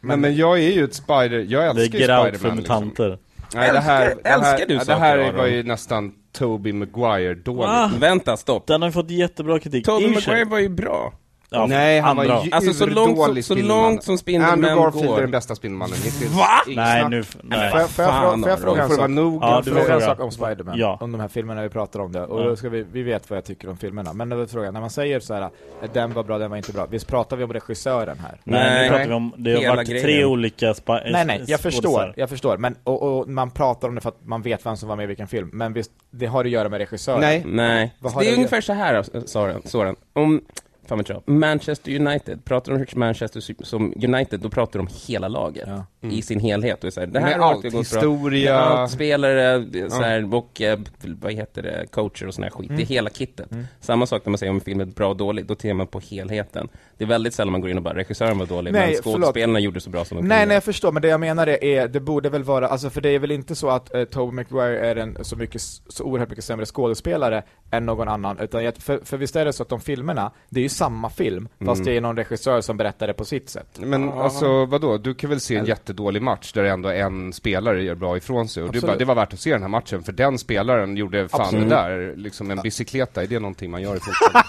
Men, men jag är ju ett spider, jag Det är älskar ju Get Out Spiderman för liksom. mutanter. Nej det här, det Älskar- älskar här, du det saker, här Aron? var ju nästan Toby Maguire dåligt. Va? Vänta, stopp. Den har ju fått jättebra kritik. Tobey I och för Ah. sig. Maguire var ju bra. Ja, Nej, han andra. var ju Alltså, så långt som- urdålig så Spindelmannen. långt som Spindelmän Andrew Garfield går. är den bästa Spindelmannen hittills. Va? Inget Nej snack. nu, nej. Får jag, får jag, Fan, fråga, får jag Aron. fråga en Får det vara sak? nog? Ja, Ja, alltså. du du får Fråga en fråga. sak om Spiderman, Ja. om de här filmerna vi pratar om det, och då ska vi, vi vet vad jag tycker om filmerna, men då vill jag fråga, när man säger så här, den var bra, den var inte bra, visst pratar vi om regissören här? Nej, Nej. nu pratar vi om, det har Hela varit tre grejen. olika spa- Nej nej, jag skådisar. förstår, jag förstår, men och, och man pratar om det för att man vet vem som var med i vilken film, men visst, det har att göra med regissören? Nej. Nej. Vad har Det är det att ungefär så här, eh, Soran. Soran. Om, fan vet jag, Manchester United, pratar de om Manchester som United, då pratar de om hela laget i sin helhet. Och är så här, det här Med har alltid allt, gått bra. historia. Med allt, spelare, eh, så här, och eh, vad heter det, coacher och sån här skit. Det är hela kittet. Samma sak när man säger om en film är bra och dålig, då tittar man på helheten. Det är väldigt sällan man går in och bara, regissören var dålig, Nej, men förlåt. skådespelarna gjorde så bra som de Nej, kunde. nej jag förstår, men det jag menar är, det borde väl vara, alltså för det är väl inte så att eh, Tobey Maguire är en så mycket, så oerhört mycket sämre skådespelare än någon annan, utan jag, för, för visst är det så att de filmerna, det är ju samma film, fast det är någon regissör som berättar det på sitt sätt. Men alltså vadå, du kan väl se en jättedålig match där ändå en spelare gör bra ifrån sig och du bara, det var värt att se den här matchen för den spelaren gjorde fan det där, liksom en bicykleta, är det någonting man gör <laughs> i fotboll?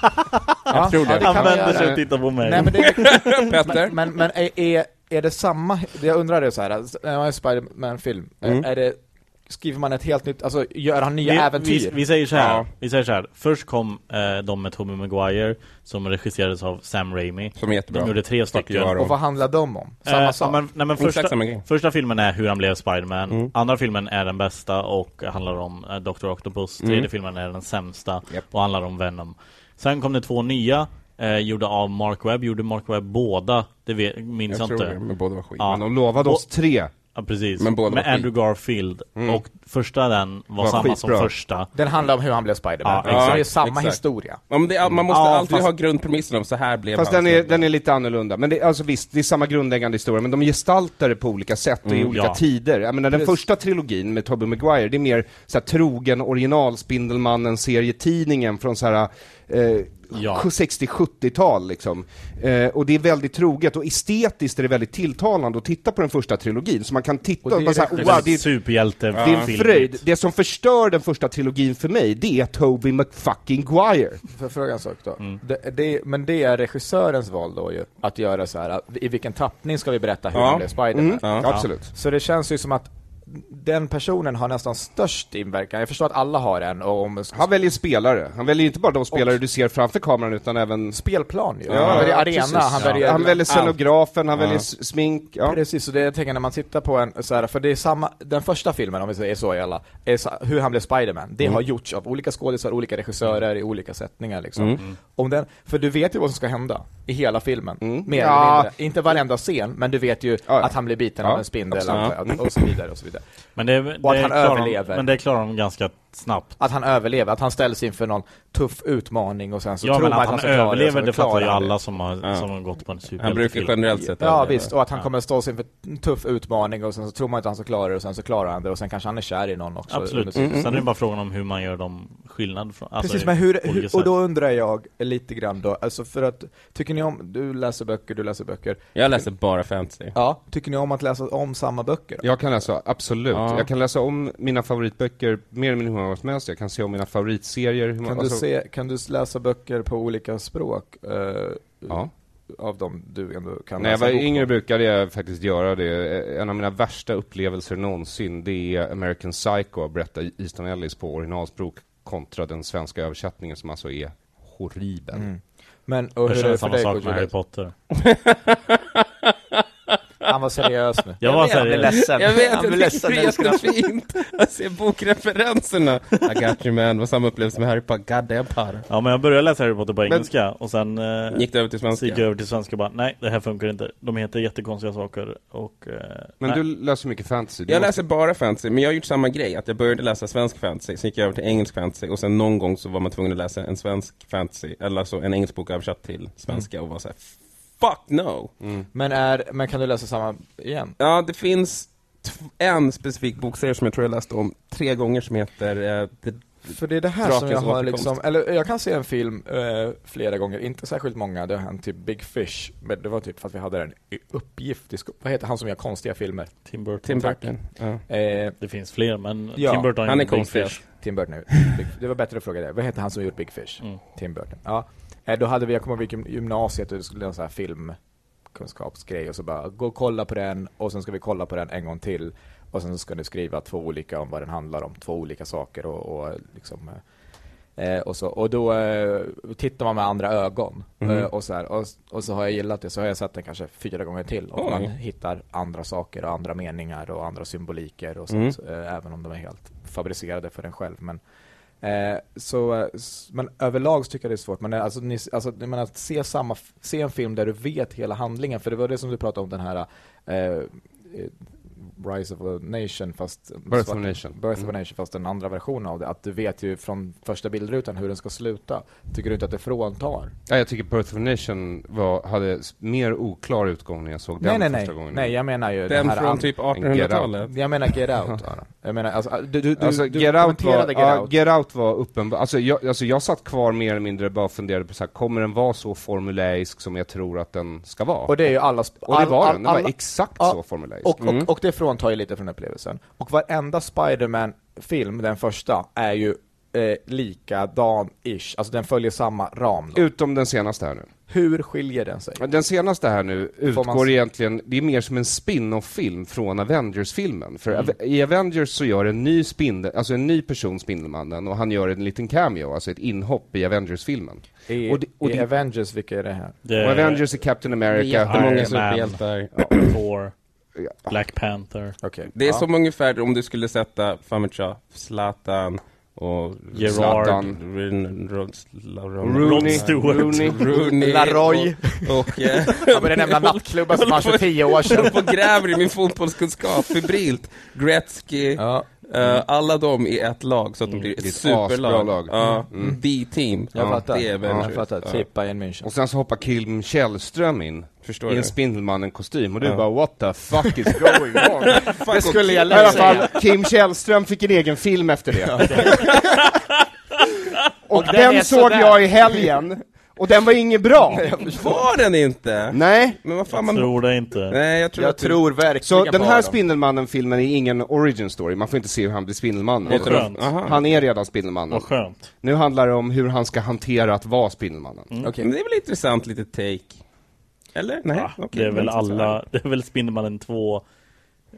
Jag tror det. Ja, Han kan man vänder sig göra. och tittar på mig. Nej men det <laughs> Petter? Men, men är, är, är det samma, jag undrar det så här. alltså, när man gör en Spiderman-film, är- är det, skriver man ett helt nytt, alltså gör han nya äventyr? Vi, vi, säger så här, Ja. vi säger så här. Först kom eh, de med Tommy Maguire Som regisserades av Sam Raimi Som är jättebra. De gjorde tre Fuck stycken you, Aron. och vad handlar de om? Samma Eh, sak? ja, men, nej, men Exakt första, samma grej. första filmen är hur han blev Spiderman Andra filmen är den bästa och handlar om eh, Dr. Octopus Tredje filmen är den sämsta Japp. och handlar om Venom Sen kom det två nya eh, Gjorda av Mark Webb, gjorde Mark Webb båda? Det vet, minns Jag jag, tror inte det, men båda var skit. Men de lovade oss tre. Ja precis, Men båda med var skit. Andrew Garfield Och första den var, Var samma som skitbra. första Den handlar om hur han blev Spiderman, Ja, så det är exakt, samma exakt. historia. Ja, men det, är- man måste Ja, alltid fast- ha grundpremissen om så här blev Fast han. den är, den är lite annorlunda. Men det, alltså visst, det är samma grundläggande historia, men de gestaltar det på olika sätt och i olika ja. tider. Jag menar, den Precis. första trilogin med Tobey Maguire, det är mer så här, trogen original Spindelmannen-serietidningen från så här, eh, Ja. 60-70-tal liksom. Eh, och det är väldigt troget och estetiskt är det väldigt tilltalande att titta på den första trilogin. Så man kan titta Och och, det är bara så här, det- wow, det är superhjälte det är en fröjd. Det som förstör den första trilogin för mig, det är Tobey McFucking Guire. Får jag fråga en sak då? Det, det, men det är regissörens val då ju, att göra så här. i vilken tappning ska vi berätta hur Ja. han blev Spiderman? Mm, Absolut. Så det känns ju som att den personen har nästan störst inverkan, jag förstår att alla har en, och om Han väljer spelare. Han väljer inte bara de spelare du ser framför kameran utan även... spelplan ju, Ja, han väljer arena, precis. han väljer... Han väljer allt. scenografen, han väljer s- smink. Ja. Precis, så det jag tänker när man tittar på en så här, för det är samma, den första filmen om vi säger så i alla, är så, hur han blev Spiderman, Mm. det har gjorts av olika skådisar, olika regissörer i olika sättningar liksom. Mm. Om den, för du vet ju vad som ska hända i hela filmen, mer eller Ja. mindre. Inte varenda scen, men du vet ju Mm. ja. att han blir biten Ja, av en spindel absolut. antar jag, och så vidare och så vidare. Men det, Och att det han klarar de- överlever. Men det klarar de ganska snabbt Att han överlever, att han ställs inför någon tuff utmaning och sen så Ja tror men man att att han ska klara och överlever så det fattar klarar ju han det. alla som har, som har gått på en Han brukar superhjältefilm generellt sett Ja överleva. visst, och att han kommer stå inför en tuff utmaning och sen så tror man att han ska klara det och sen så klarar han det och sen kanske han är kär i någon också under Absolut, Mm, tiden. sen är det bara frågan om hur man gör dem skillnad från, alltså, Precis, men hur, olika hur, sätt. och då undrar jag lite grann då, alltså för att, tycker ni om, du läser böcker, du läser böcker, Jag läser bara fantasy. ja, tycker ni om att läsa om samma böcker? Jag kan läsa, absolut. Ja. Jag kan läsa om mina favoritböcker mer eller mindre hur många gånger som helst. Jag kan se om mina favoritserier. Hur många- Kan du, alltså- se, kan du läsa böcker på olika språk eh, Ja. av dem du ändå kan När jag läsa var bok om? yngre brukade jag faktiskt göra det. Eh, En av mina värsta upplevelser någonsin, det är American Psycho av Bretta Easton Ellis på originalspråk kontra den svenska översättningen som alltså är horribel. Mm. Men, och Jag hur är känner det för samma dig sak Kodjo? med Harry Potter Han var seriös nu. Jag var vet, jag Han blev seriös ledsen. Jag vet, han blev jag <laughs> ledsen tycker det när är du skrattade. jättefint att se bokreferenserna. I got you man, det var samma upplevelse med Harry Potter, god damn Potter. Ja men jag började läsa Harry Potter på engelska och sen eh, Gick det över till så gick jag svenska? över till svenska och bara nej det här funkar inte De heter jättekonstiga saker och eh, Men nej. du läser mycket fantasy. Du Jag måste- läser bara fantasy, men jag har gjort samma grej, att jag började läsa svensk fantasy, sen gick jag över till engelsk fantasy och sen någon gång så var man tvungen att läsa en svensk fantasy, eller alltså en engelsk bok översatt till svenska och var såhär, fuck no! Men, är, men kan du läsa samma igen? Ja, det finns tv- en specifik bokserie som jag tror jag läste om tre gånger som heter eh, The För det är det här Drakens som jag har återkomst. liksom, eller jag kan se en film eh, flera gånger, inte särskilt många, det har hänt typ Big Fish, men det var typ för att vi hade en i- uppgift i sko- vad heter han som gör konstiga filmer? Tim Burton. Tim Tack. Burton. Ja. Eh, Det finns fler men Ja, Tim Burton Han är en big konstig. fish. Tim Burton, är- Big, det var bättre att fråga det, vad heter han som gjort Big Fish? Mm. Tim Burton, ja. Eh, då hade vi, jag kommer ihåg gym- gymnasiet och det skulle göra en sån här filmkunskapsgrej och så bara, gå och kolla på den och sen ska vi kolla på den en gång till och sen så ska du skriva två olika om vad den handlar om, två olika saker och, och liksom eh, Eh, och, så, och då eh, tittar man med andra ögon. Eh, och, så här, och, och så har jag gillat det, så har jag sett den kanske fyra gånger till. Och Oj. man hittar andra saker och andra meningar och andra symboliker och sånt. Eh, även om de är helt fabricerade för en själv. Men, eh, så, eh, s- men överlag så tycker jag det är svårt. Men eh, alltså, ni, alltså, jag menar, att se, samma, f- se en film där du vet hela handlingen. För det var det som du pratade om den här eh, eh, Rise of a Nation fast Birth of a Nation. Mm. Birth of a Nation fast den andra versionen av det. Att du vet ju från första bildrutan hur den ska sluta. Tycker du inte att det fråntar? Ja, jag tycker Birth of a Nation var, hade s- mer oklar utgång när jag såg Nej den nej första nej. gången. Nej jag menar ju Den det här från an- typ Get 1800-talet. Jag menar Get Out Aron. Jag menar alltså, du, du, du, alltså, du Get Out var, kommenterade Get ja, Out. Get Out var uppenbar. Alltså jag, alltså jag satt kvar mer eller mindre och bara funderade på så här, kommer den vara så formulärisk som jag tror att den ska vara? Och det är ju allas... Och det var all- den, den var Mm. alla- exakt Ja, så formulärisk. Och, och, och det fråntar ju lite från upplevelsen. Och varenda Spiderman-film, den första, är ju eh, likadan-ish. Alltså den följer samma ram. Då. Utom den senaste här nu. Hur skiljer den sig? Den senaste här nu utgår man se- egentligen, det är mer som en spin-off-film från Avengers-filmen. För Mm. Ave- i Avengers så gör en ny spindel, alltså en ny person Spindelmannen och han gör en liten cameo, alltså ett inhopp i Avengers-filmen. I, och det- och i det- Avengers, vilka är det här? Det Och Avengers är Captain Det är America, Iron jättemånga Man. superhjältar. Thor, Black Panther, Okej. Det är ja. som ungefär om du skulle sätta, fan vet jag, Zlatan och... Gerard, Zlatan. Ron- Ron- Ron- Rod Rooney, Stewart. Rooney. Rooney. Laroy. Och... och eh, Jag började <laughs> nämna nattklubbar som fanns för tio år jag sedan. håller på och gräver i min fotbollskunskap febrilt. Gretzky. Ja. eh, alla de i ett lag så att de blir ett Det är ett asbra superlag. lag. Ja, D-team. Jag fattar. Det är Ja, jag Avengers. fattar. Ja. Typ Bayern München. Och sen så hoppar Kim Källström in Förstår i en du? Spindelmannen-kostym och du Ja. bara what the fuck is going on? <laughs> Fuck, det skulle jag och i alla fall, Kim Källström fick en egen film efter <laughs> det. och den den, är såg sådär. jag i helgen, och den var inget bra. Var den inte? Nej, Men vad fan jag man... tror det inte. Nej, jag tror Jag att du- tror verkligen så på den här dem. Spindelmannen-filmen är ingen origin story, man får inte se hur han blir Spindelmannen. Vad skönt. Aha. Han är redan Spindelmannen. Vad skönt. Nu handlar det om hur han ska hantera att vara Spindelmannen. Okej. Men det är väl intressant lite take? Eller? Nej? Ja, okej, det är väl men- alla, det är väl Spindelmannen 2.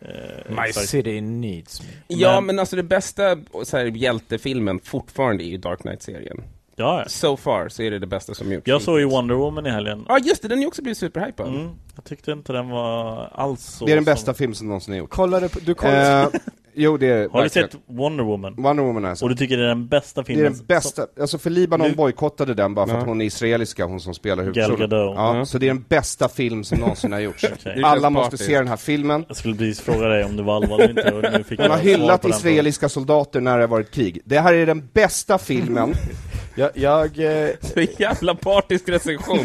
Eh, My exakt. city needs me. Ja, men alltså det bästa så här, hjältefilmen fortfarande är ju Dark Knight-serien. Ja, ja. So far så är det det bästa som gjorts. jag såg ju Wonder Woman i helgen. Ja, just det, den är ju också blivit superhypad. Mm, jag tyckte inte den var alls så Det är den som- bästa film som någonsin är gjort. Kollar du på... Du kollar... Eh, jo, det är Har du verkligen. sett Wonder Woman? Wonder Woman alltså. Och du tycker det är den bästa Det filmen? är den bästa, alltså för Libanon Nu- bojkottade den bara för Ja. att hon är israeliska, hon som spelar Gal huvudpersonen. Gadot. Ja, Ja. Så det är den bästa film som någonsin har gjorts. känns Alla måste partiskt. se den här filmen. Jag skulle precis fråga dig om du var allvarlig eller inte och nu fick Hon har jag svar hyllat på den israeliska soldater när det har varit krig. Det här är den bästa filmen. Jag... jag eh, Så <laughs> jävla partisk recension.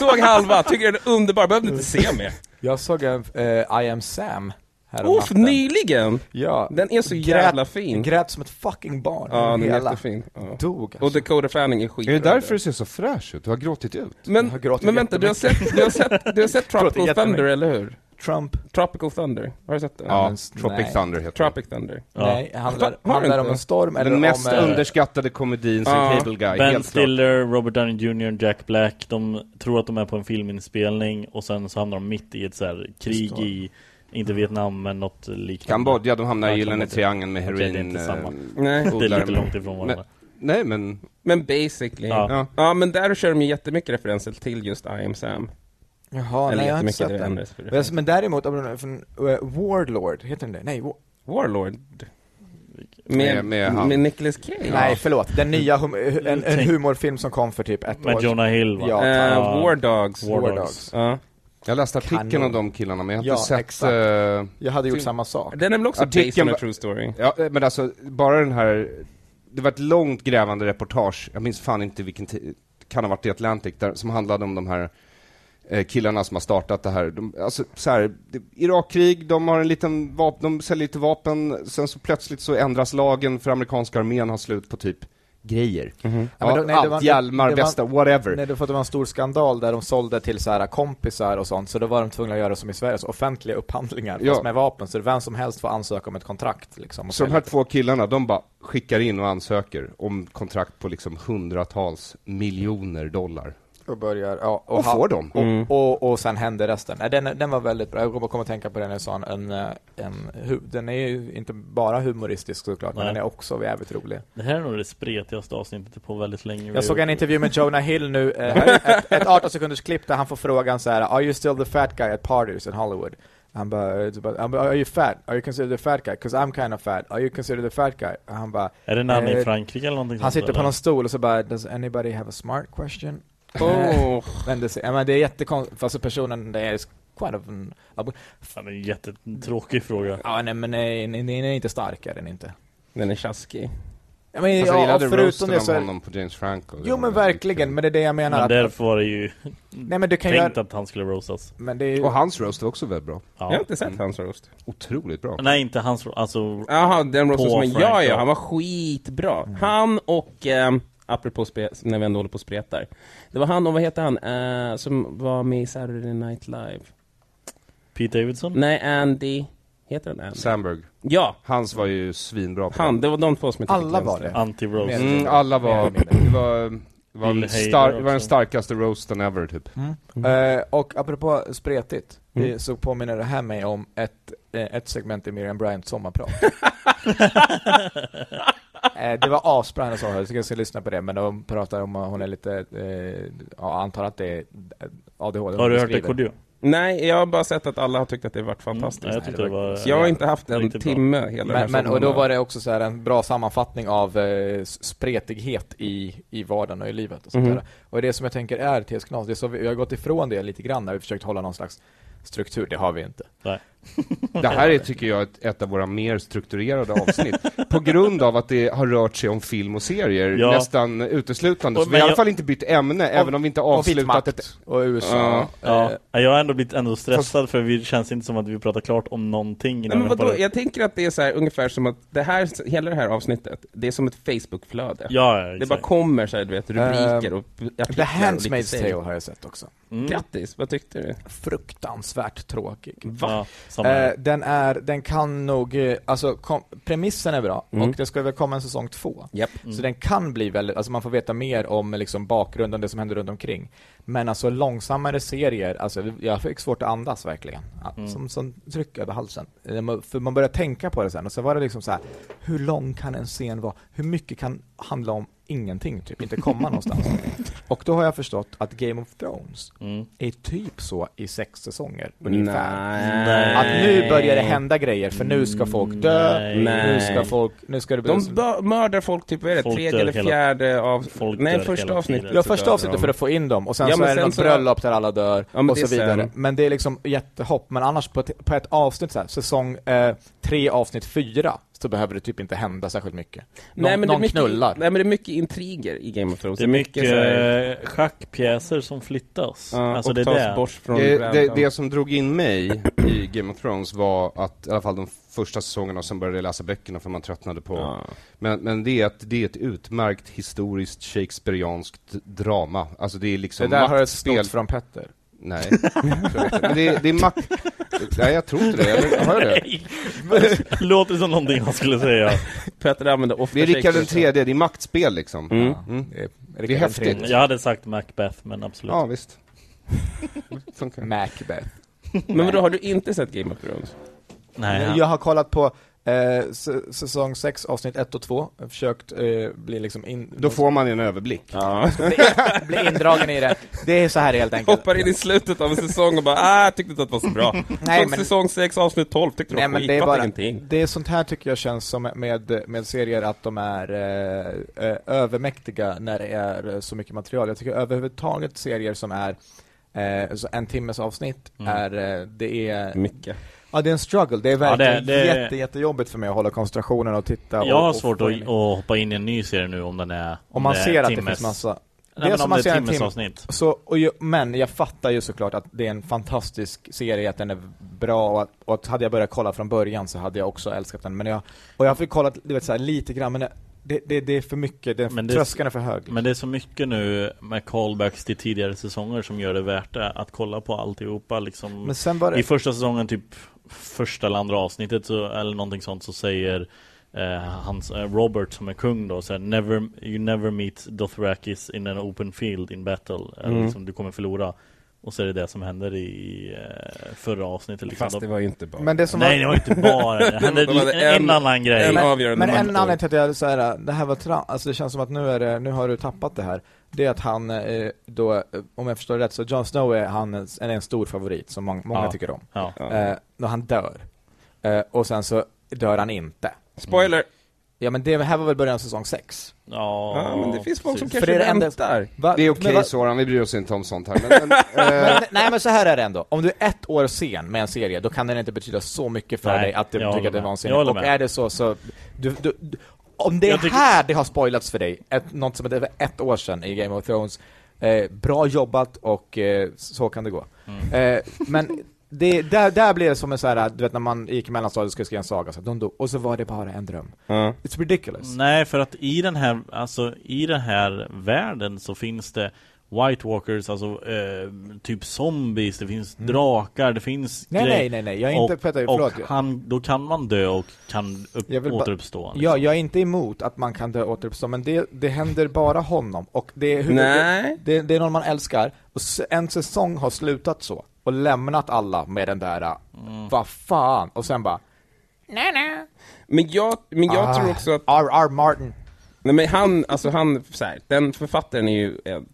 Såg halva, tycker den är underbar, behövde inte se mer. Jag såg en, eh, I am Sam härom Uff, natten. nyligen! Ja. Den är så Grät- jävla fin. Grät som ett fucking barn. Ja, den är Hela. jättefin. Ja. Dog alltså. Och Dakota Fanning är skit. är det därför du ser så fräsch ut? Du har gråtit ut. Men, Jag har gråtit men vänta, du har, sett, du, har sett, du har sett Tropical Gråtit Thunder, eller hur? Trump. Tropical Thunder, har du sett den? Ja, men Tropic nej. Thunder heter den. Tropic Thunder. Nej, handlar, Va- har handlar du om inte? en storm eller Den mest om... eh, underskattade komedin sen Ja. Cable Guy, Ben helt Stiller, Robert Downey Jr, Jack Black De tror att de är på en filminspelning Och sen så hamnar de mitt i ett så här krig i Inte Vietnam men något liknande klart. Kambodja, de hamnar Ja, i Gyllene Kambodja. Triangeln med Okej, heroin... det är inte eh, samma. Nej. Det är odlare. lite långt ifrån varandra Nej men, Men basically. Ja. Ja. men där kör de ju jättemycket referenser till just I am Sam. Jaha, Eller nej jag har inte jättemycket sett det den. ändras för det. Men, men däremot, om den- från, eh, Warlord, heter den det? Nej, Wa- Warlord. Med- Med, med med, han. Nicolas Cage. nej förlåt, den nya hum, eh, en, en Tänk- humorfilm som kom för typ ett år Med Jonah Hill va? Ja, Eh, Ja. War Dogs. War War Dogs. Dogs. Ja. jag läste artikeln Kanon. om de killarna men jag har Ja, inte sett... exakt. eh, Jag hade gjort Film. samma sak. Den är väl också Artikeln based on ba- a true story? Ja, eh, men alltså, bara den här... Det var ett långt grävande reportage, jag minns fan inte vilken tid, kan ha varit i Atlantic, där, som handlade om de här eh, killarna som har startat det här. De, alltså, så här det, Irakkrig, de har en liten vap- de säljer lite vapen, sen så plötsligt så ändras lagen för amerikanska armén har slut på typ grejer. Mhm. Ja, men Ja, då- nej, det allt, var- hjälmar, det var- västar, whatever. Nej, det var för att det var en stor skandal där de sålde till så här kompisar och sånt, så då var de tvungna att göra som i Sverige, så offentliga upphandlingar, Ja. fast med vapen, så vem som helst får ansöka om ett kontrakt. Liksom, och Så de sälja. här två killarna, de bara skickar in och ansöker om kontrakt på liksom hundratals miljoner dollar. och börjar, ja, Och han- får Mm. dem. Och, och, och sen händer resten. Nej, den, den var väldigt bra, jag kommer kommer att tänka på den när jag sa en, en, eh, en hu- den är ju inte bara humoristisk såklart, men Nej. den är också jävligt rolig. Det här är nog det spretigaste avsnittet på väldigt länge vi har Jag såg gjort. en intervju med Jonah Hill nu, <laughs> eh, ett, ett 18 sekunders klipp där han får frågan så här: Are you still the fat guy at parties in Hollywood? Han bara, eh, typ, han bara, are you fat? Are you considered the fat guy? 'Cause I'm kind of fat. Are you considered the fat guy? Och Han bara, Är det när han är Eh, i Frankrike eller någonting han sånt, sitter på eller? någon stol och så bara, does anybody have a smart question? Åh. <laughs> Men det, ja, men det är jättekonstigt, alltså personen, det är quite of an, Ja, det är en jättetråkig fråga ja nej men nej, nej, nej, den är inte stark är den inte. Den är tjaskig. Ja, men, Fast jag ja, Alltså, gillade förutom roasten det om så är, honom på James Franco. Det Jo var men väldigt verkligen, kul. men det är det jag menar. Men att- därför var det ju nej men du kan tänkt göra, att han skulle roastas men det är ju, Och hans roast var också väldigt bra. Jag har ja. inte sett hans roast. Otroligt bra. Nej inte hans, alltså Jaha, den roasten På Mm. som han... Ja, ja, Franco. han var skitbra. Han och, eh, apropå spe, när vi ändå håller på och spretar. Det var han och, vad heter han, eh, som var med i Saturday Night Live? Mm. Pete Davidson? Nej, Andy... Heter han Andy? Sandberg, Ja, hans var ju svinbra. på han. Det var de två som jag tyckte alla mest var om. det. Anti-roast Mm. Mm, alla var, Mer eller det var, det var, Bill en Hader star, det var den också. Mm. starkaste roasten ever typ. Eh, och apropå spretigt, eh, så påminner det här mig om ett, eh, ett segment i Miriam Bryants sommarprat. eh, det var asbra hennes sommarprat, jag ska- jag ska lyssna på det, men de pratar om att hon är lite, eh, ja, antar att det är eh, ADHD Har du hon hört det beskriver. Kodjo? Nej, jag har bara sett att alla har tyckt att det har varit fantastiskt. Mm, jag tyckte det var Så jag har inte haft en riktigt bra. timme hela den här Men, men, och då sommaren. var det också så här en bra sammanfattning av eh, s- spretighet i, i vardagen och i livet och Mhm. sånt där. Och det som jag tänker är TS Knas, det är så vi, vi har gått ifrån det lite grann när vi försökt hålla någon slags struktur, det har vi inte. Eh, Nej Det här är, tycker jag, ett, ett av våra mer strukturerade <laughs> avsnitt. på grund av att det har rört sig om film och serier, Ja. nästan uteslutande. Och- så vi men har i alla jag- fall inte bytt ämne, även om vi inte Och avslutat vitmakt ett... och USA. Ja, Eh, jag har ändå blivit ändå stressad för vi det känns inte som att vi pratar klart om någonting Nej, innan men vi hoppar vadå? ut. Jag tänker att det är så här, ungefär som att det här, hela det här avsnittet, det är som ett Facebook-flöde. Ja, ja, det exakt. bara kommer så här, du vet, Ehm, rubriker och p- artiklar. The och lite Handmaid's serier. Tale har jag sett också. Mm. Grattis, vad tyckte du? Fruktansvärt tråkig. ja, samma Eh, här. den är, den kan nog, eh, alltså kom, premissen är bra och det ska väl komma en säsong två. Japp. Så den kan bli väldigt, alltså man får veta mer om liksom bakgrunden, det som händer runt omkring. Men alltså långsammare serier, alltså jag fick svårt att andas verkligen. Ja, Som, som tryck över halsen. Eh, man- För man börjar tänka på det sen och så var det liksom så här: hur lång kan en scen vara? Hur mycket kan handla om ingenting typ, inte komma någonstans. Och då har jag förstått att Game of Thrones är typ så i sex säsonger ungefär. Nej. Att nu börjar det hända grejer, för nu ska folk dö, Nej. nu ska folk, nu ska det bli... De bör- mördar folk typ, vad är det, Folk tredje dör eller hela- fjärde av... folk Nej, dör första hela avsnittet. tiden. ja, så första dör avsnittet de. för att få in dem, och sen Ja, så men är det sen något så- bröllop där alla dör, Ja, men och det så är sen. vidare. Men det är liksom jättehopp, men annars på ett, på ett avsnitt så här, säsong eh, tre, avsnitt fyra, så behöver det typ inte hända särskilt mycket. Någon, Nej, men det är någon mycket, knullar. Nej men det är mycket intriger i Game of Thrones. Det är mycket så här- eh, schackpjäser som flyttas. Ja, alltså och det är tas det. <laughs> bort från Eh, Det, det, brädan. det som drog in mig i Game of Thrones var att, i alla fall de första säsongerna, och sen började jag läsa böckerna för man tröttnade på... Ja. Men, men det är att det är ett utmärkt historiskt shakespearianskt drama. Alltså det är liksom det där har jag maktspel- snott från Petter. Nej, <laughs> tror jag inte. men det, är- det är makt... Nej, jag tror inte det. Eller, har jag <laughs> det? Låter som någonting han skulle säga. Petter använder ofta Det är Rikard den Shakespeare. tredje, det är maktspel liksom. Mm. Det är, Det är häftigt. Jag hade sagt Macbeth, men absolut. Ja, visst. Funkar. Macbeth. Men vadå, har du inte sett Game of Thrones? Nej, Jag har kollat på eh, s- säsong 6, avsnitt 1 och 2, Jag har försökt eh, bli liksom in... <laughs> Då får man en överblick. Ja. bli, bli indragen i det. Det är så här helt enkelt. <laughs> Hoppar in i slutet av en säsong och bara ah, tyckte inte att det var så bra. Nej, Som men- säsong 6, avsnitt 12, tyckte Nej de men skit, det är fattar bara, ingenting. det är sånt här tycker jag känns som med, med serier att de är eh, eh, övermäktiga när det är eh, så mycket material. Jag tycker överhuvudtaget serier som är eh, så en timmes avsnitt är, eh, det är, Mycket. ja det är en struggle, det är Mm. Ja, det- verkligen det- jätte, jättejobbigt för mig att hålla koncentrationen och titta och, Jag har och svårt få att, in i- att hoppa in i en ny serie nu om den är Om man är ser att det timmes. finns massa Nej, men som om man det ser är en ett tim- timmesavsnitt. Så, och ju, men jag fattar ju såklart att det är en fantastisk serie, att den är bra och att, och att hade jag börjat kolla från början så hade jag också älskat den. Men jag, och jag fick kolla du vet, så här, lite grann, men det, det, det, det är för mycket, det, Men det- tröskeln är för hög. Men det är så mycket nu med callbacks till tidigare säsonger som gör det värt det att kolla på alltihopa liksom. Men sen var det, I första säsongen, typ första eller andra avsnittet så, eller någonting sånt, så säger eh, hans, eh, Robert som är kung då så här, never, You never meet Dothrakis in an open field in battle eller Mm. liksom, Du kommer förlora Och så är det det som händer i eh, förra avsnittet liksom. Fast det De- var ju inte bara... men det som Nej var, det var inte <laughs> bara det, det hände De hade en, en- en annan grej en avgörande men en faktor. anledning till att jag så här, det här var tra- alltså det känns som att nu är det, nu har du tappat det här. Det är att han eh, då, eh, om jag förstår rätt, så Jon Snow är, han, en- är en stor favorit som mång- många Ja. tycker om. ja. Eh, och han dör. Eh, och sen så dör han inte. Spoiler! Ja men det här var väl början av säsong 6? Ja, Ja, men det finns folk som precis. kanske För det är det enda- väntar. Det är okej Soran, vi bryr oss inte om sånt här. Men, men, eh, Men, <laughs> nej men så här är det ändå, om du är ett år sen med en serie, då kan den inte betyda så mycket för Nej, dig att du tycker jag håller att det var en med. serie. Jag håller Och med. är det så, så... Du, du, du, om det är Jag tycker- här det har spoilats för dig, ett, något som är över ett år sedan i Game of Thrones, eh, bra jobbat och eh, så kan det gå. Mm. Eh, men det, där, där blir det som en så här, du vet när man gick i mellanstadiet och skulle skriva en saga, så att de dog, och så var det bara en dröm. It's ridiculous. Nej, för att i den här, alltså, i den här världen så finns det White Walkers, alltså eh, typ zombies, det finns drakar, det finns Mm. Nej, grejer. nej, nej, nej, jag är inte- och, vänta, och förlåt. han, då kan man dö och kan upp, Jag vill bara- återuppstå liksom. Ja, jag är inte emot att man kan dö och återuppstå, men det, det händer bara honom. Och det är, hur, Nej. Det, det är någon man älskar, och s- en säsong har slutat så, och lämnat alla med den där, äh, Mm. vad fan, och sen bara, Men jag, men jag Ah. tror också att... R.R. Martin. Nej men han, alltså han, så här, den författaren är ju en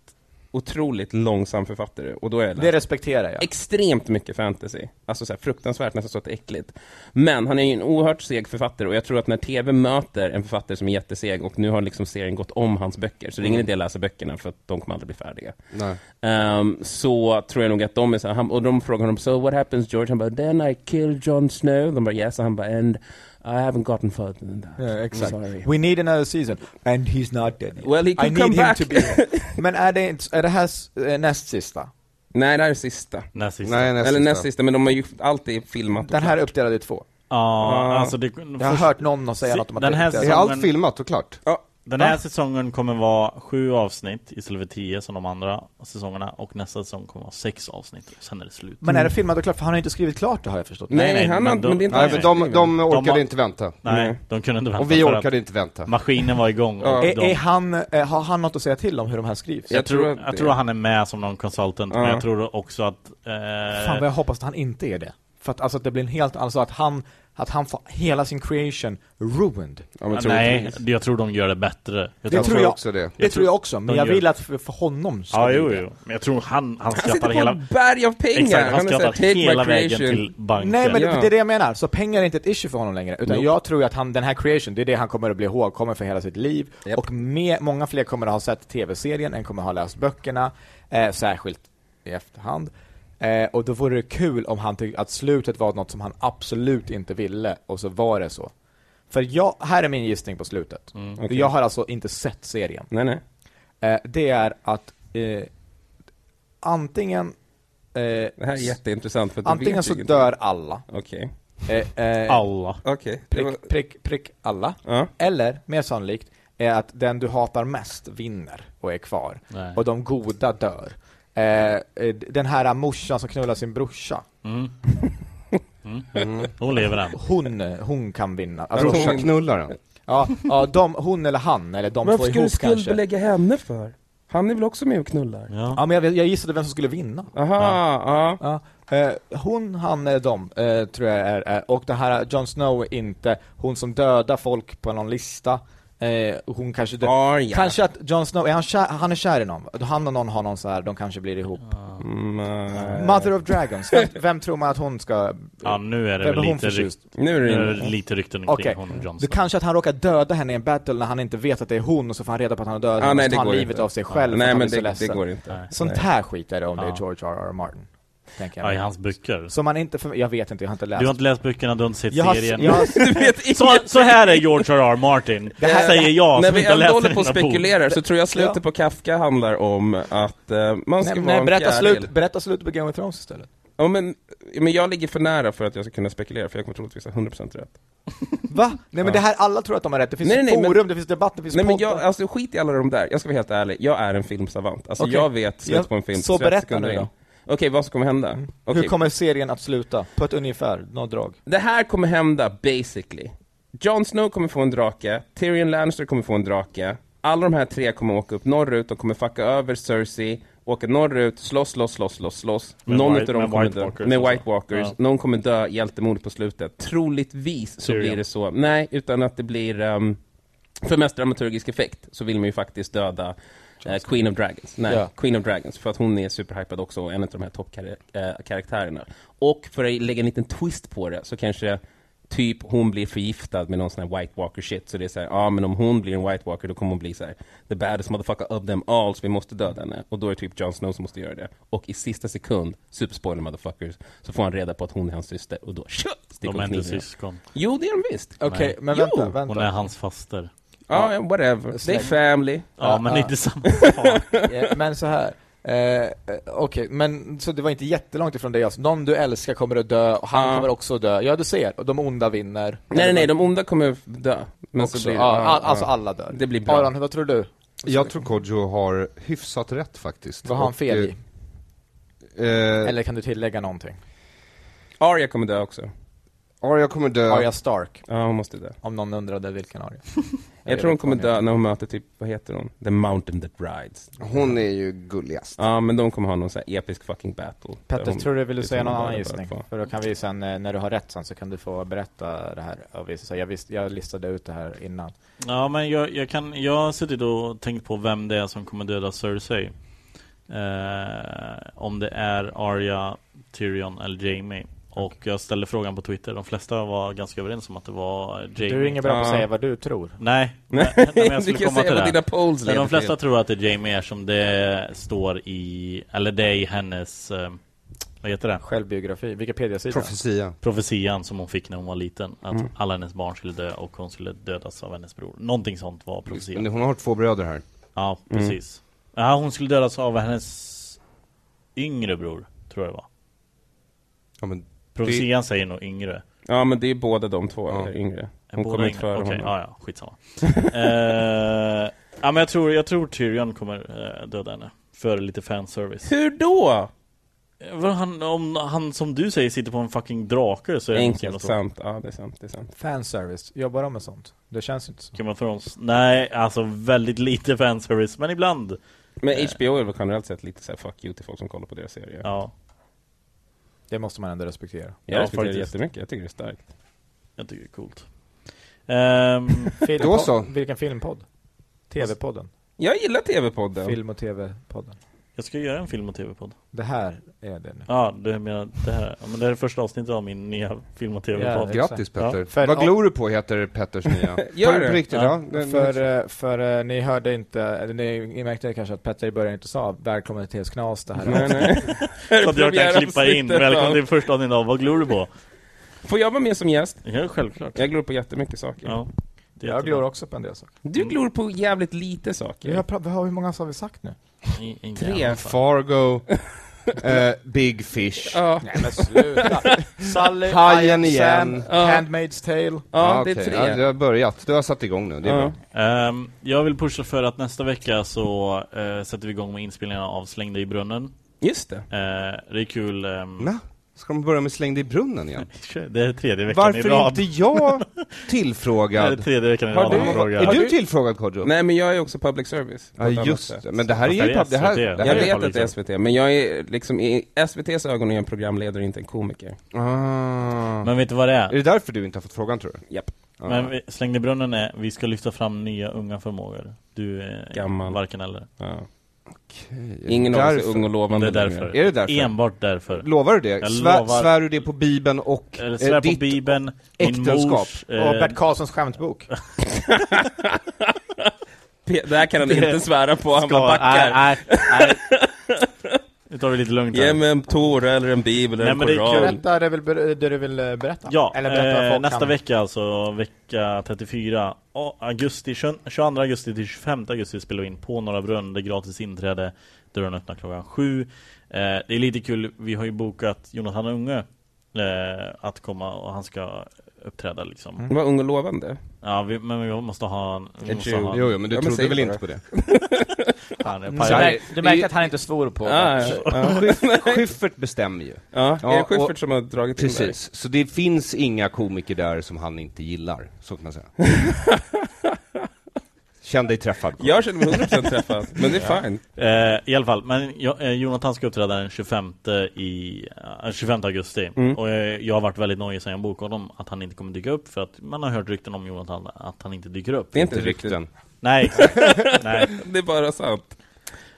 otroligt långsam författare och då är Det respekterar jag. extremt mycket fantasy. Alltså så här, fruktansvärt, nästan så att det är äckligt. Men han är ju en oerhört seg författare och jag tror att när TV möter en författare som är jätteseg och nu har liksom serien gått om hans böcker, så det är ingen idé att läsa böckerna för att de kommer aldrig bli färdiga. nej. Ehm, så tror jag nog att de är så här, han, och de frågar honom, so what happens George? Han bara, then I killed Jon Snow. De bara, yes, och han bara, and I haven't gotten further than that. Ja, Eh, exakt. I'm sorry. We need another season, and he's not dead yet. Well, he I could need come him back. to be <laughs> here. Men är det, inte- är det här s- eh, näst sista? Nej, det här är sista. När sista. nej, näst Eller sista. näst sista, men de har ju alltid filmat. och Den här är uppdelad i två. Ja, alltså det, Jag har först- hört någon säga Se- något om att den det här är uppdelat. Är allt Men- filmat och klart? Ja, Den här säsongen kommer vara sju avsnitt istället för tio som de andra säsongerna och nästa säsong kommer vara sex avsnitt och sen är det slut. Men är det filmat och klart? För han har inte skrivit klart det har jag förstått. Nej, nej, han men har, då- men det är inte Nej, alls men de, de orkade har- inte vänta. Nej, de kunde inte vänta Och vi för att orkade inte vänta. maskinen var igång och Är, de är han, eh, har han något att säga till om hur de här skrivs? Jag Jag tror, tror jag att tror, det- att han är med som någon consultant, men jag tror också att... Eh, Fan vad jag hoppas att han inte är det. För att alltså att det blir en helt, alltså att han, att han får hela sin creation ruined. Ja, men tror nej, inte. jag tror de gör det bättre. Jag Det tror Jag tror jag- också det. Det tror jag också, men de jag gör- vill att för, för honom ska Ja, bli jo, det. jo. Men jag tror han, han Han sitter skrattar på hela... ett berg av pengar! Exakt, han är så här, skrattar "Take my hela vägen creation." till banken. Nej men Ja. det är det jag menar, så pengar är inte ett issue för honom längre, utan Nope. jag tror ju att han, den här creation, det är det han kommer att bli ihågkommen för hela sitt liv, Japp. och med, många fler kommer att ha sett tv-serien än kommer att ha läst böckerna, eh, särskilt i efterhand. Eh, och då vore det kul om han tyckte att slutet var något som han absolut inte ville, och så var det så. För jag, här är min gissning på slutet. Okej. Jag har alltså inte sett serien. Nej, nej. Eh, det är att eh, antingen, eh, Det här är jätteintressant för att du antingen vet så ju ingenting. dör alla, Okej. eh, eh, Alla. Okej. Det var- prick, prick, prick alla. Ja. Eller, mer sannolikt, är att den du hatar mest vinner och är kvar. Nej. Och de goda dör. Eh, eh, den här morsan som knullar sin brorsa, Då lever han. hon, hon kan vinna. Alltså, hon, Brorsaknullaren. ja, ja, de, hon eller han, eller de två ihop kanske. henne för? Han är väl också med och knullar? Ja, men jag, jag gissade vem som skulle vinna. Aha, ja. Ja, eh, hon, han eller de, eh, tror jag är, är, och det här eh, Jon Snow är inte, hon som dödar folk på någon lista, eh, hon kanske dö- Ah, ja. Kanske att Jon Snow, är han, kär, han är kär i någon, han och någon har någon så här, de kanske blir ihop. Mm, eh, Mother of Dragons, vem, <laughs> vem tror man att hon ska... Ja, nu är det Vem väl är hon lite, rykt, förtjust? nu är nu det är inne. det lite rykten kring Okej, honom det Johnson. kanske att han råkar döda henne i en battle när han inte vet att det är hon och så får han reda på att han har dödat Ah, henne nej, och så det tar han går livet inte. Ah, av sig själv för Nej, att han blir men så det, det ledsen. går inte. Sånt här skit är det om det är George R.R. Martin. tänker ja, jag. i hans böcker. Så man inte, för, jag vet inte, jag har inte läst. Du har inte läst böckerna, du har inte sett jag har, serien. jag har, <laughs> Du vet <laughs> inget. Så, så här är George R.R. Martin, det här säger jag <laughs> När som vi inte har ändå läst håller en på och enda bok. spekulerar så tror jag slutet Ja. på Kafka handlar om att eh, man <laughs> ska nej, vara nej, en berätta, fjäril. slut, berätta slutet på Game of Thrones <laughs> istället. Ja, men, men jag ligger för nära för att jag ska kunna spekulera, för jag kommer troligtvis ha 100% rätt. Va? Nej men Ja. det här, alla tror att de har rätt. Det finns Nej, nej, men- forum, det finns debatt, det finns Nej men poddar. jag, alltså skit i alla de där, jag ska vara helt ärlig, jag är en filmsavant. Alltså Okej. jag vet Ja, slutet på en film så 30 berätta sekunder nu in. då. Mm. Okej, vad som kommer hända? Okej, Hur kommer serien att sluta? På ett ungefär, något drag. Det här kommer hända basically. Jon Snow kommer få en drake, Tyrion Lannister kommer få en drake, alla de här tre kommer åka upp norrut, de kommer fucka över Cersei, åka norrut, slåss, slåss, slåss, slåss, slåss. Med någon White- utav dem med kommer White dö. Walkers med och så. White Walkers, Ja. någon kommer dö hjältemord på slutet. Troligtvis så Tyrion. blir det så, nej, utan att det blir, ehm, för mest dramaturgisk effekt, så vill man ju faktiskt döda eh, Queen of Dragons. Nej, Ja. Queen of Dragons, för att hon är superhypad också och en av de här toppkaraktärerna. Och för att lägga en liten twist på det så kanske typ hon blir förgiftad med någon sån här White Walker shit. Så det är så här, ja ah, men om hon blir en White Walker då kommer hon bli så här the baddest motherfucker of them all, så vi måste döda henne. Och då är det typ Jon Snow som måste göra det. Och i sista sekund, superspoiler motherfuckers, så får han reda på att hon är hans syster och då tjo, sticker De hon är inte kniven. i- syskon. Jo det är de visst! Ja, Okej, men Jo! vänta, vänta. <laughs> Hon är hans faster. ah, yeah, whatever. They Släng. family. Ja, Ja, men ja. inte samma sak. Eh, men så här. Eh, eh, Okej, men så det var inte jättelångt ifrån dig alltså. Någon du älskar kommer att dö, och han Ja. kommer också att dö. Ja, du ser. Och de onda vinner. Nej nej nej, de onda kommer dö. Men också, så blir det, ja, ah, all, alltså ah. alla dör. Det blir bra. Aron, vad tror du? Jag tror Kodjo har hyfsat rätt faktiskt. Vad har han Och, fel i? eh, eh, Eller kan du tillägga någonting? Arya kommer dö också. Arya kommer dö. Arya Stark, Ja, hon måste dö. om någon undrade vilken Arya. <laughs> Jag, tror hon kommer dö när hon möter typ, vad heter hon? The Mountain That Rides. Hon är ju gulligast. Ja, men de kommer ha någon sån här episk fucking battle. Där Petter, hon- tror du ville det säga tror någon jag annan bara gissning? bör få. För då kan vi sen, eh, när du har rätt sen, så kan du få berätta det här. Och vi- så Jag, visst, jag listade ut det här innan. Ja, men jag, jag, kan, jag har suttit och tänkt på vem det är som kommer döda Cersei. Eh, om det är Arya, Tyrion eller Jamie. Och jag ställde frågan på Twitter. De flesta var ganska överens om att det var Jamie. Du är ingen bra på att Ja. säga vad du tror. <laughs> Nej, nej, nej, men jag du skulle kan komma säga till vad det. dina polls Men leder de till. flesta tror att det är Jamie eftersom det står i, eller det är i hennes, eh, vad heter det? Självbiografi, Wikipedia-sida. Profetia. Profetian som hon fick när hon var liten. Att Mm. alla hennes barn skulle dö och hon skulle dödas av hennes bror. Någonting sånt var profetian. Men hon har två bröder här. Ja, Mm. precis. Ja, hon skulle dödas av hennes yngre bror, tror jag det var. Ja, men Profetian säger nog yngre. Ja, men det är båda de två, Ja. eller yngre. Hon Båda kommer inte yngre. före Okej, honom. ja, ja, skitsamma. uh, ja, men jag tror, jag tror Tyrion kommer eh, döda henne. För lite fanservice. Hur då? Eh, vad Han, om han som du säger sitter på en fucking drake så är det inte så jävla Enkelt, stort. sant. Ja, det är sant, det är sant. Fanservice, jobbar de med sånt? Det känns inte så. Game of Thrones. Nej, alltså väldigt lite fanservice, men ibland. Men HBO är väl generellt sett lite såhär fuck you till folk som kollar på deras serier. Ja, Det måste man ändå respektera. Jag Ja, respekterar det faktiskt. jättemycket, jag tycker det är starkt. jag tycker det är coolt. <laughs> Ehm, Filmpo- Då så. Vilken filmpodd? TV-podden. Jag gillar TV-podden. Film och TV-podden. jag ska göra en film och tv-podd. Det här är det nu. Ja, du menar det här. Ja, men det här är första avsnittet av min nya film och tv-podd. Ja, det- Grattis Petter. Ja. För- Vad glor du på heter Petters nya. Gör På- det? På riktigt, ja. Ja. Den- För, eh, för eh, ni hörde inte, eller ni, ni märkte kanske att Petter i början inte sa välkommen till TS Knas det här. <laughs> Nej, nej. Så att jag kan klippa in. Premiäravsnittet, Välkommen ja. till första avsnittet av Vad glor du på? Får jag vara med som gäst? Ja, självklart. Jag glor på jättemycket saker. Ja, det är Jag jättebra. glor också på en del saker. Du glor på jävligt lite saker. Vi har, pra- vi har, hur många har vi sagt nu? I- i- Tre. ja. Fargo, eh, Big Fish. Ja. Nej men sluta! <laughs> Sally, Hajen I Am igen. Sam, Ja. Handmaid's Tale. Ja, Ah, det är okej. tre. Ja, du har börjat. Du har satt igång nu. Det är Ja. bra. Ehm, jag vill pusha för att nästa vecka så eh, sätter vi igång med inspelningarna av Släng dig i brunnen. Just det. Eh, det är kul. ehm, Va? Ska de börja med släng dig i brunnen igen? det är tredje veckan i Varför rad. <laughs> inte jag Det är tillfrågad? tredje veckan i Har rad. du- han frågar. Är Har du du- tillfrågad Kodjo? Nej, men jag är också public service. på Ja ett annat just sätt. det, men det här är Fast ju det är pub- det här, SVT. det Jag är här vet public att det är SVT, men jag är liksom i SVTs ögon är jag en programledare, inte en komiker. Ah. Men vet du vad det Är är? det därför du inte har fått frågan tror du? Japp. Ja. Men vi- Släng dig i brunnen är, vi ska lyfta fram nya unga förmågor. Du är Gammal. varken eller. Ja. Okej. Ingen av oss Därför. är ung och lovande Det är längre. därför. Är det därför? Enbart därför. Lovar du det? Jag Svär, lovar. svär du det på bibeln och Eller eh, svär på ditt bibeln, min äktenskap. mors... Och eh, Bert Karlssons skämtbok. Pe- <laughs> Det här kan han inte svära på, han ska- bara backar. <laughs> nej, nej, nej. Nu tar vi lite lugnt här. Ge mig en Tora eller en bibel eller Nej, en men det är koran. kul. Berätta det, vill, det du vill eh, berätta. Ja, Eller berätta vad eh, folk nästa kan. vecka alltså, vecka 34 Ja, augusti, 20 22 augusti till 25 augusti spelar vi in på Norra Brunn, det är gratis inträde Dörren öppnar klockan sju eh, Det är lite kul, vi har ju bokat Jonathan Unge eh, att komma och han ska uppträda liksom Mm. Det var ung och lovande. Ja, vi, men vi måste ha en... Vi Ett måste tjugo- ha en Jo, jo, men du Ja, men trodde säg väl bara. inte på det? fan, jag är Så Du, paj- här- märk, du märkte att han inte svor på Ah, det. <laughs> ja, <laughs> Schyffert bestämmer ju. ja. ja, är Ja, det och- Schyffert som har dragit in där? Precis, så det finns inga komiker där som han inte gillar, så kan <laughs> man säga. Känn dig träffad. Carl. Jag känner mig 100% träffad, men det är fine. Eh, I alla fall, men jag, eh, Jonathan ska uppträda den 25, i, eh, 25 augusti Mm. Och eh, jag har varit väldigt nojig sedan jag bokade honom Att han inte kommer dyka upp för att man har hört rykten om Jonathan Att han inte dyker upp Det är inte Inte riktigt. rykten. Nej, <laughs> exakt. Nej. Det är bara sant.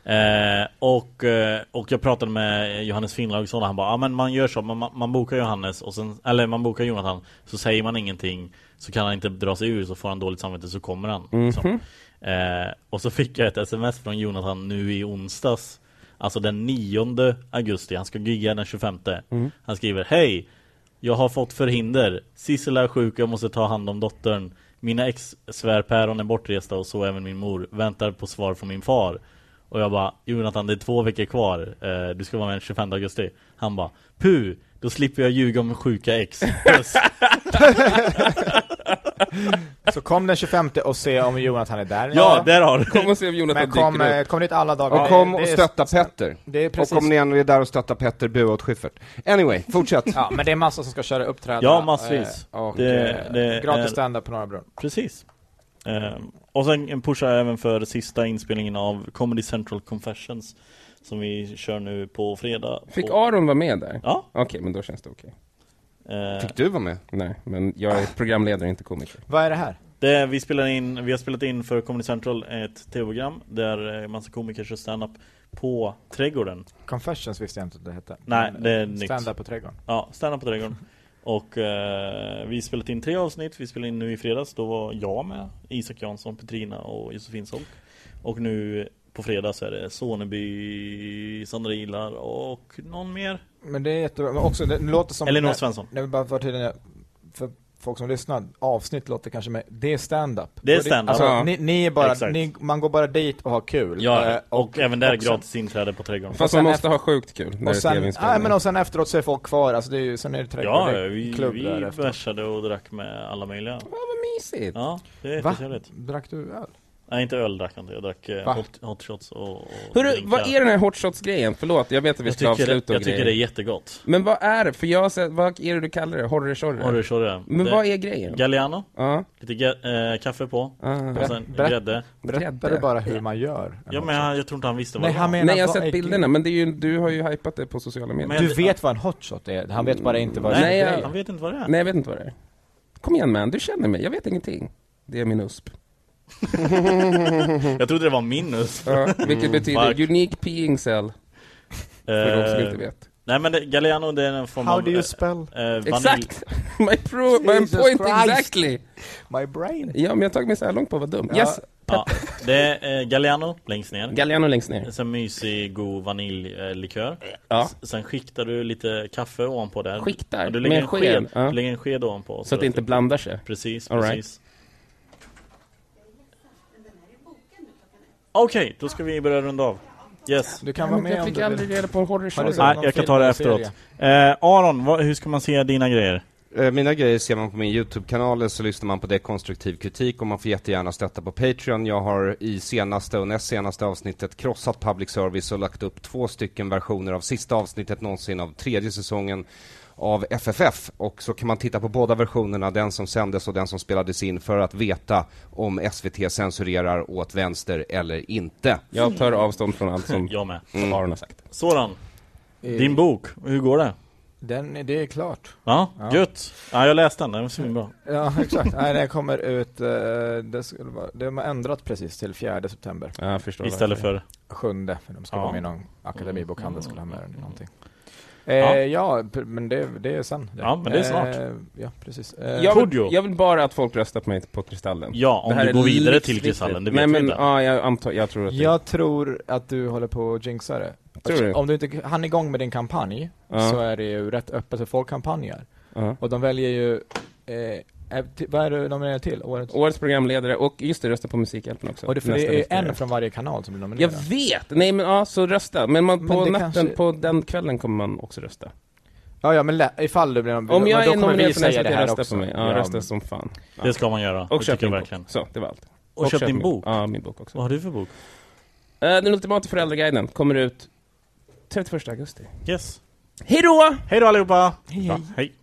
Eh, och, eh, och jag pratade med Johannes Finnlaugsson och han bara ah, men man gör så, man, man- man bokar Johannes och sen, eller man bokar Jonathan Så säger man ingenting Så kan han inte dra sig ur så får han dåligt samvete så kommer han liksom. eh, Och så fick jag ett sms från Jonathan nu i onsdags Alltså den 9 augusti, han ska gigga den 25 Han skriver Hej! Jag har fått förhinder Sissela är sjuk och jag måste ta hand om dottern Mina ex-svärpäron är bortresta och så även min mor Väntar på svar från min far Och jag bara Jonathan det är två veckor kvar eh, Du ska vara med den 25 augusti Han bara Puh! Då slipper jag ljuga om sjuka <laughs> ex Puss. Så kom den 25 och se om Jonathan är där. Ja, där har du! Kom och se om Jonathan Men kom, dyker eh, upp. kom dit alla dagar. Och Det- kom och det är- stötta Petter. det är Och precis- om ni ändå är där och stöttar Petter, bua åt Schyffert. Anyway, fortsätt. <laughs> Ja, men det är massor som ska köra uppträda. Ja, massvis. eh, Och, Det- eh, det är- gratis standup på Norra Brunn. Precis Ehm, Och sen pushar jag även för sista inspelningen av Comedy Central Confessions Som vi kör nu på fredag Fick Och- Aron vara med där? Ja Okej, men då känns det okej. eh, Fick du vara med? Nej, men jag är programledare, inte komiker. Vad är det här? Det, vi, spelar in, vi har spelat in för Comedy Central ett tv-program där eh, massa komiker kör stand-up på Trädgården Confessions visste jag inte att det hette. Eh, Nej, det är nytt. Standup på trädgården. Ja, stand-up på <laughs> Trädgården Och eh, vi har spelat in tre avsnitt, vi spelade in nu i fredags, då var jag med Isak Jansson, Petrina och Josefin Solk Och nu på fredag så är det Soneby, Sandra Ilar och någon mer Men det är jättebra, men också, det låter som... Elinor Svensson Nej, men bara för tydligen, för folk som lyssnar, avsnitt låter kanske med, det är standup. Det är Och stand-up. Alltså, Ja. ni, ni är bara, Exakt. ni, man går bara dit och har kul. Eh, Ja, och, även där och sen- gratis inträde på Trädgården Fast sen man måste ha sjukt kul när Och det är sen, tv-inspelning. nej, men och sen efteråt så är folk kvar, alltså det är ju, sen är det trädgård, Ja, det är vi, klubb vi där efteråt. bärsade och drack med alla möjliga Ja, vad mysigt! Ja, det är Va? trevligt Drack du öl? Nej inte öl drack jag inte, jag drack eh, Va? hot, hot shots och, och Hörru, drinkar. vad är den här hot shots-grejen? Förlåt, jag vet att vi Jag ska tycker, avsluta det, och jag tycker grejer. det är jättegott Men vad är det? För jag har sett, vad är det du kallar det? Horror tjorre? Har du kör det? Men det, vad är grejen? Galliano, Ja, lite ga- eh, kaffe på ah. och sen Berätta. grädde Berättar Grädde. du bara hur man gör? Ja men jag, jag tror inte han visste vad Nej, det han var menar Nej, jag har vad är- sett bilderna, men det är ju, du har ju hypat det på sociala medier. Men- Du vet vad en hotshot är, han vet bara inte vad det Nej, är Nej, för jag- han grej. vet inte vad det är Nej, jag vet inte vad det är. Kom igen man, du känner mig, jag vet ingenting. Det är min USP. Jag trodde det var minus Ja, vilket betyder Mm, Mark. unique peeing cell, för de som Eh, inte vet. Nej men det, Galliano det är en form How av do you eh, spell? eh, vanilj Exakt! <laughs> My, pro, my Jesus point Christ. exactly! My brain. Ja, men jag har tagit mig så här långt på vad dumt. Ja. Yes, Ja, det är eh, Galliano längst ner Galliano längst ner. Sen mysig god vaniljlikör Ja. S- Sen skiktar du lite kaffe ovanpå där Skiktar? Du lägger Med en sked? sked, Ja. du lägger en sked ovanpå Så att det inte blandar sig. Precis, All right. precis Okej, då ska vi börja runda av Yes Du kan vara med jag om fick du vill. aldrig reda på en horror Har du story. sett Nej, någon jag kan film ta det eller efteråt serie? eh, Aron, vad, hur ska man se dina grejer? Eh, Mina grejer ser man på min YouTube-kanal, så lyssnar man på dekonstruktiv kritik och man får jättegärna stötta på Patreon. Jag har i senaste och näst senaste avsnittet krossat public service och lagt upp två stycken versioner av sista avsnittet någonsin av tredje säsongen av FFF och så kan man titta på båda versionerna, den som sändes och den som spelades in för att veta om SVT censurerar åt vänster eller inte. Jag tar avstånd från <laughs> allt som Jag med Aron har sagt. Soran, Eh, din bok, hur går det? Den, det är klart. Ja, Ja. gött! Ja, jag läste den, den var svinbra Ja, exakt. Nej, den kommer ut, eh, det skulle vara, de har ändrat precis till 4 september. Ja, jag förstår. Istället varför. för sjunde, för de ska Ja. Mm. vara med i någon akademibokhandel skulle ha med den i någonting. Eh, Ja. ja, p- men det, det är sen. Ja, men det är snart. Eh, ja, precis. Eh, Jag vill, Kodjo. jag vill bara att folk röstar på mig på Kristallen. Ja, om Det här du är går vidare till livsviktigt. Kristallen, det vet Nej, vi men, inte. Ja, jag, antar, jag tror att det- Jag tror att du håller på att jinxa det. Tror du? Om du inte hann igång med din kampanj, Ja. så är det ju rätt öppet för folk kampanjer. Ja. Och de väljer ju, eh, eh, ti- vad är det de är till? Årets? Årets programledare och just det, rösta på Musikhjälpen också. Och det, för Nästa det vecka. är en från varje kanal som blir Jag nominerad. vet! Nej men ja, så rösta. Men, man, Men på det natten, kanske- på den kvällen kommer man också rösta. Ja, ja, men lä- ifall du blir Om nominerad, jag då är kommer vi nominerad för säga nästa det vecka, här rösta också. på mig. Ja, rösta som fan. Det ska man göra, Och det köp tycker min jag bok. verkligen. Så, det var allt. Och, köp din bok. Ja, min bok också. Vad har du för bok? Eh, Den ultimata föräldraguiden kommer ut 31 augusti. Yes. Hej då! Hej då allihopa! Hej, hej. hej.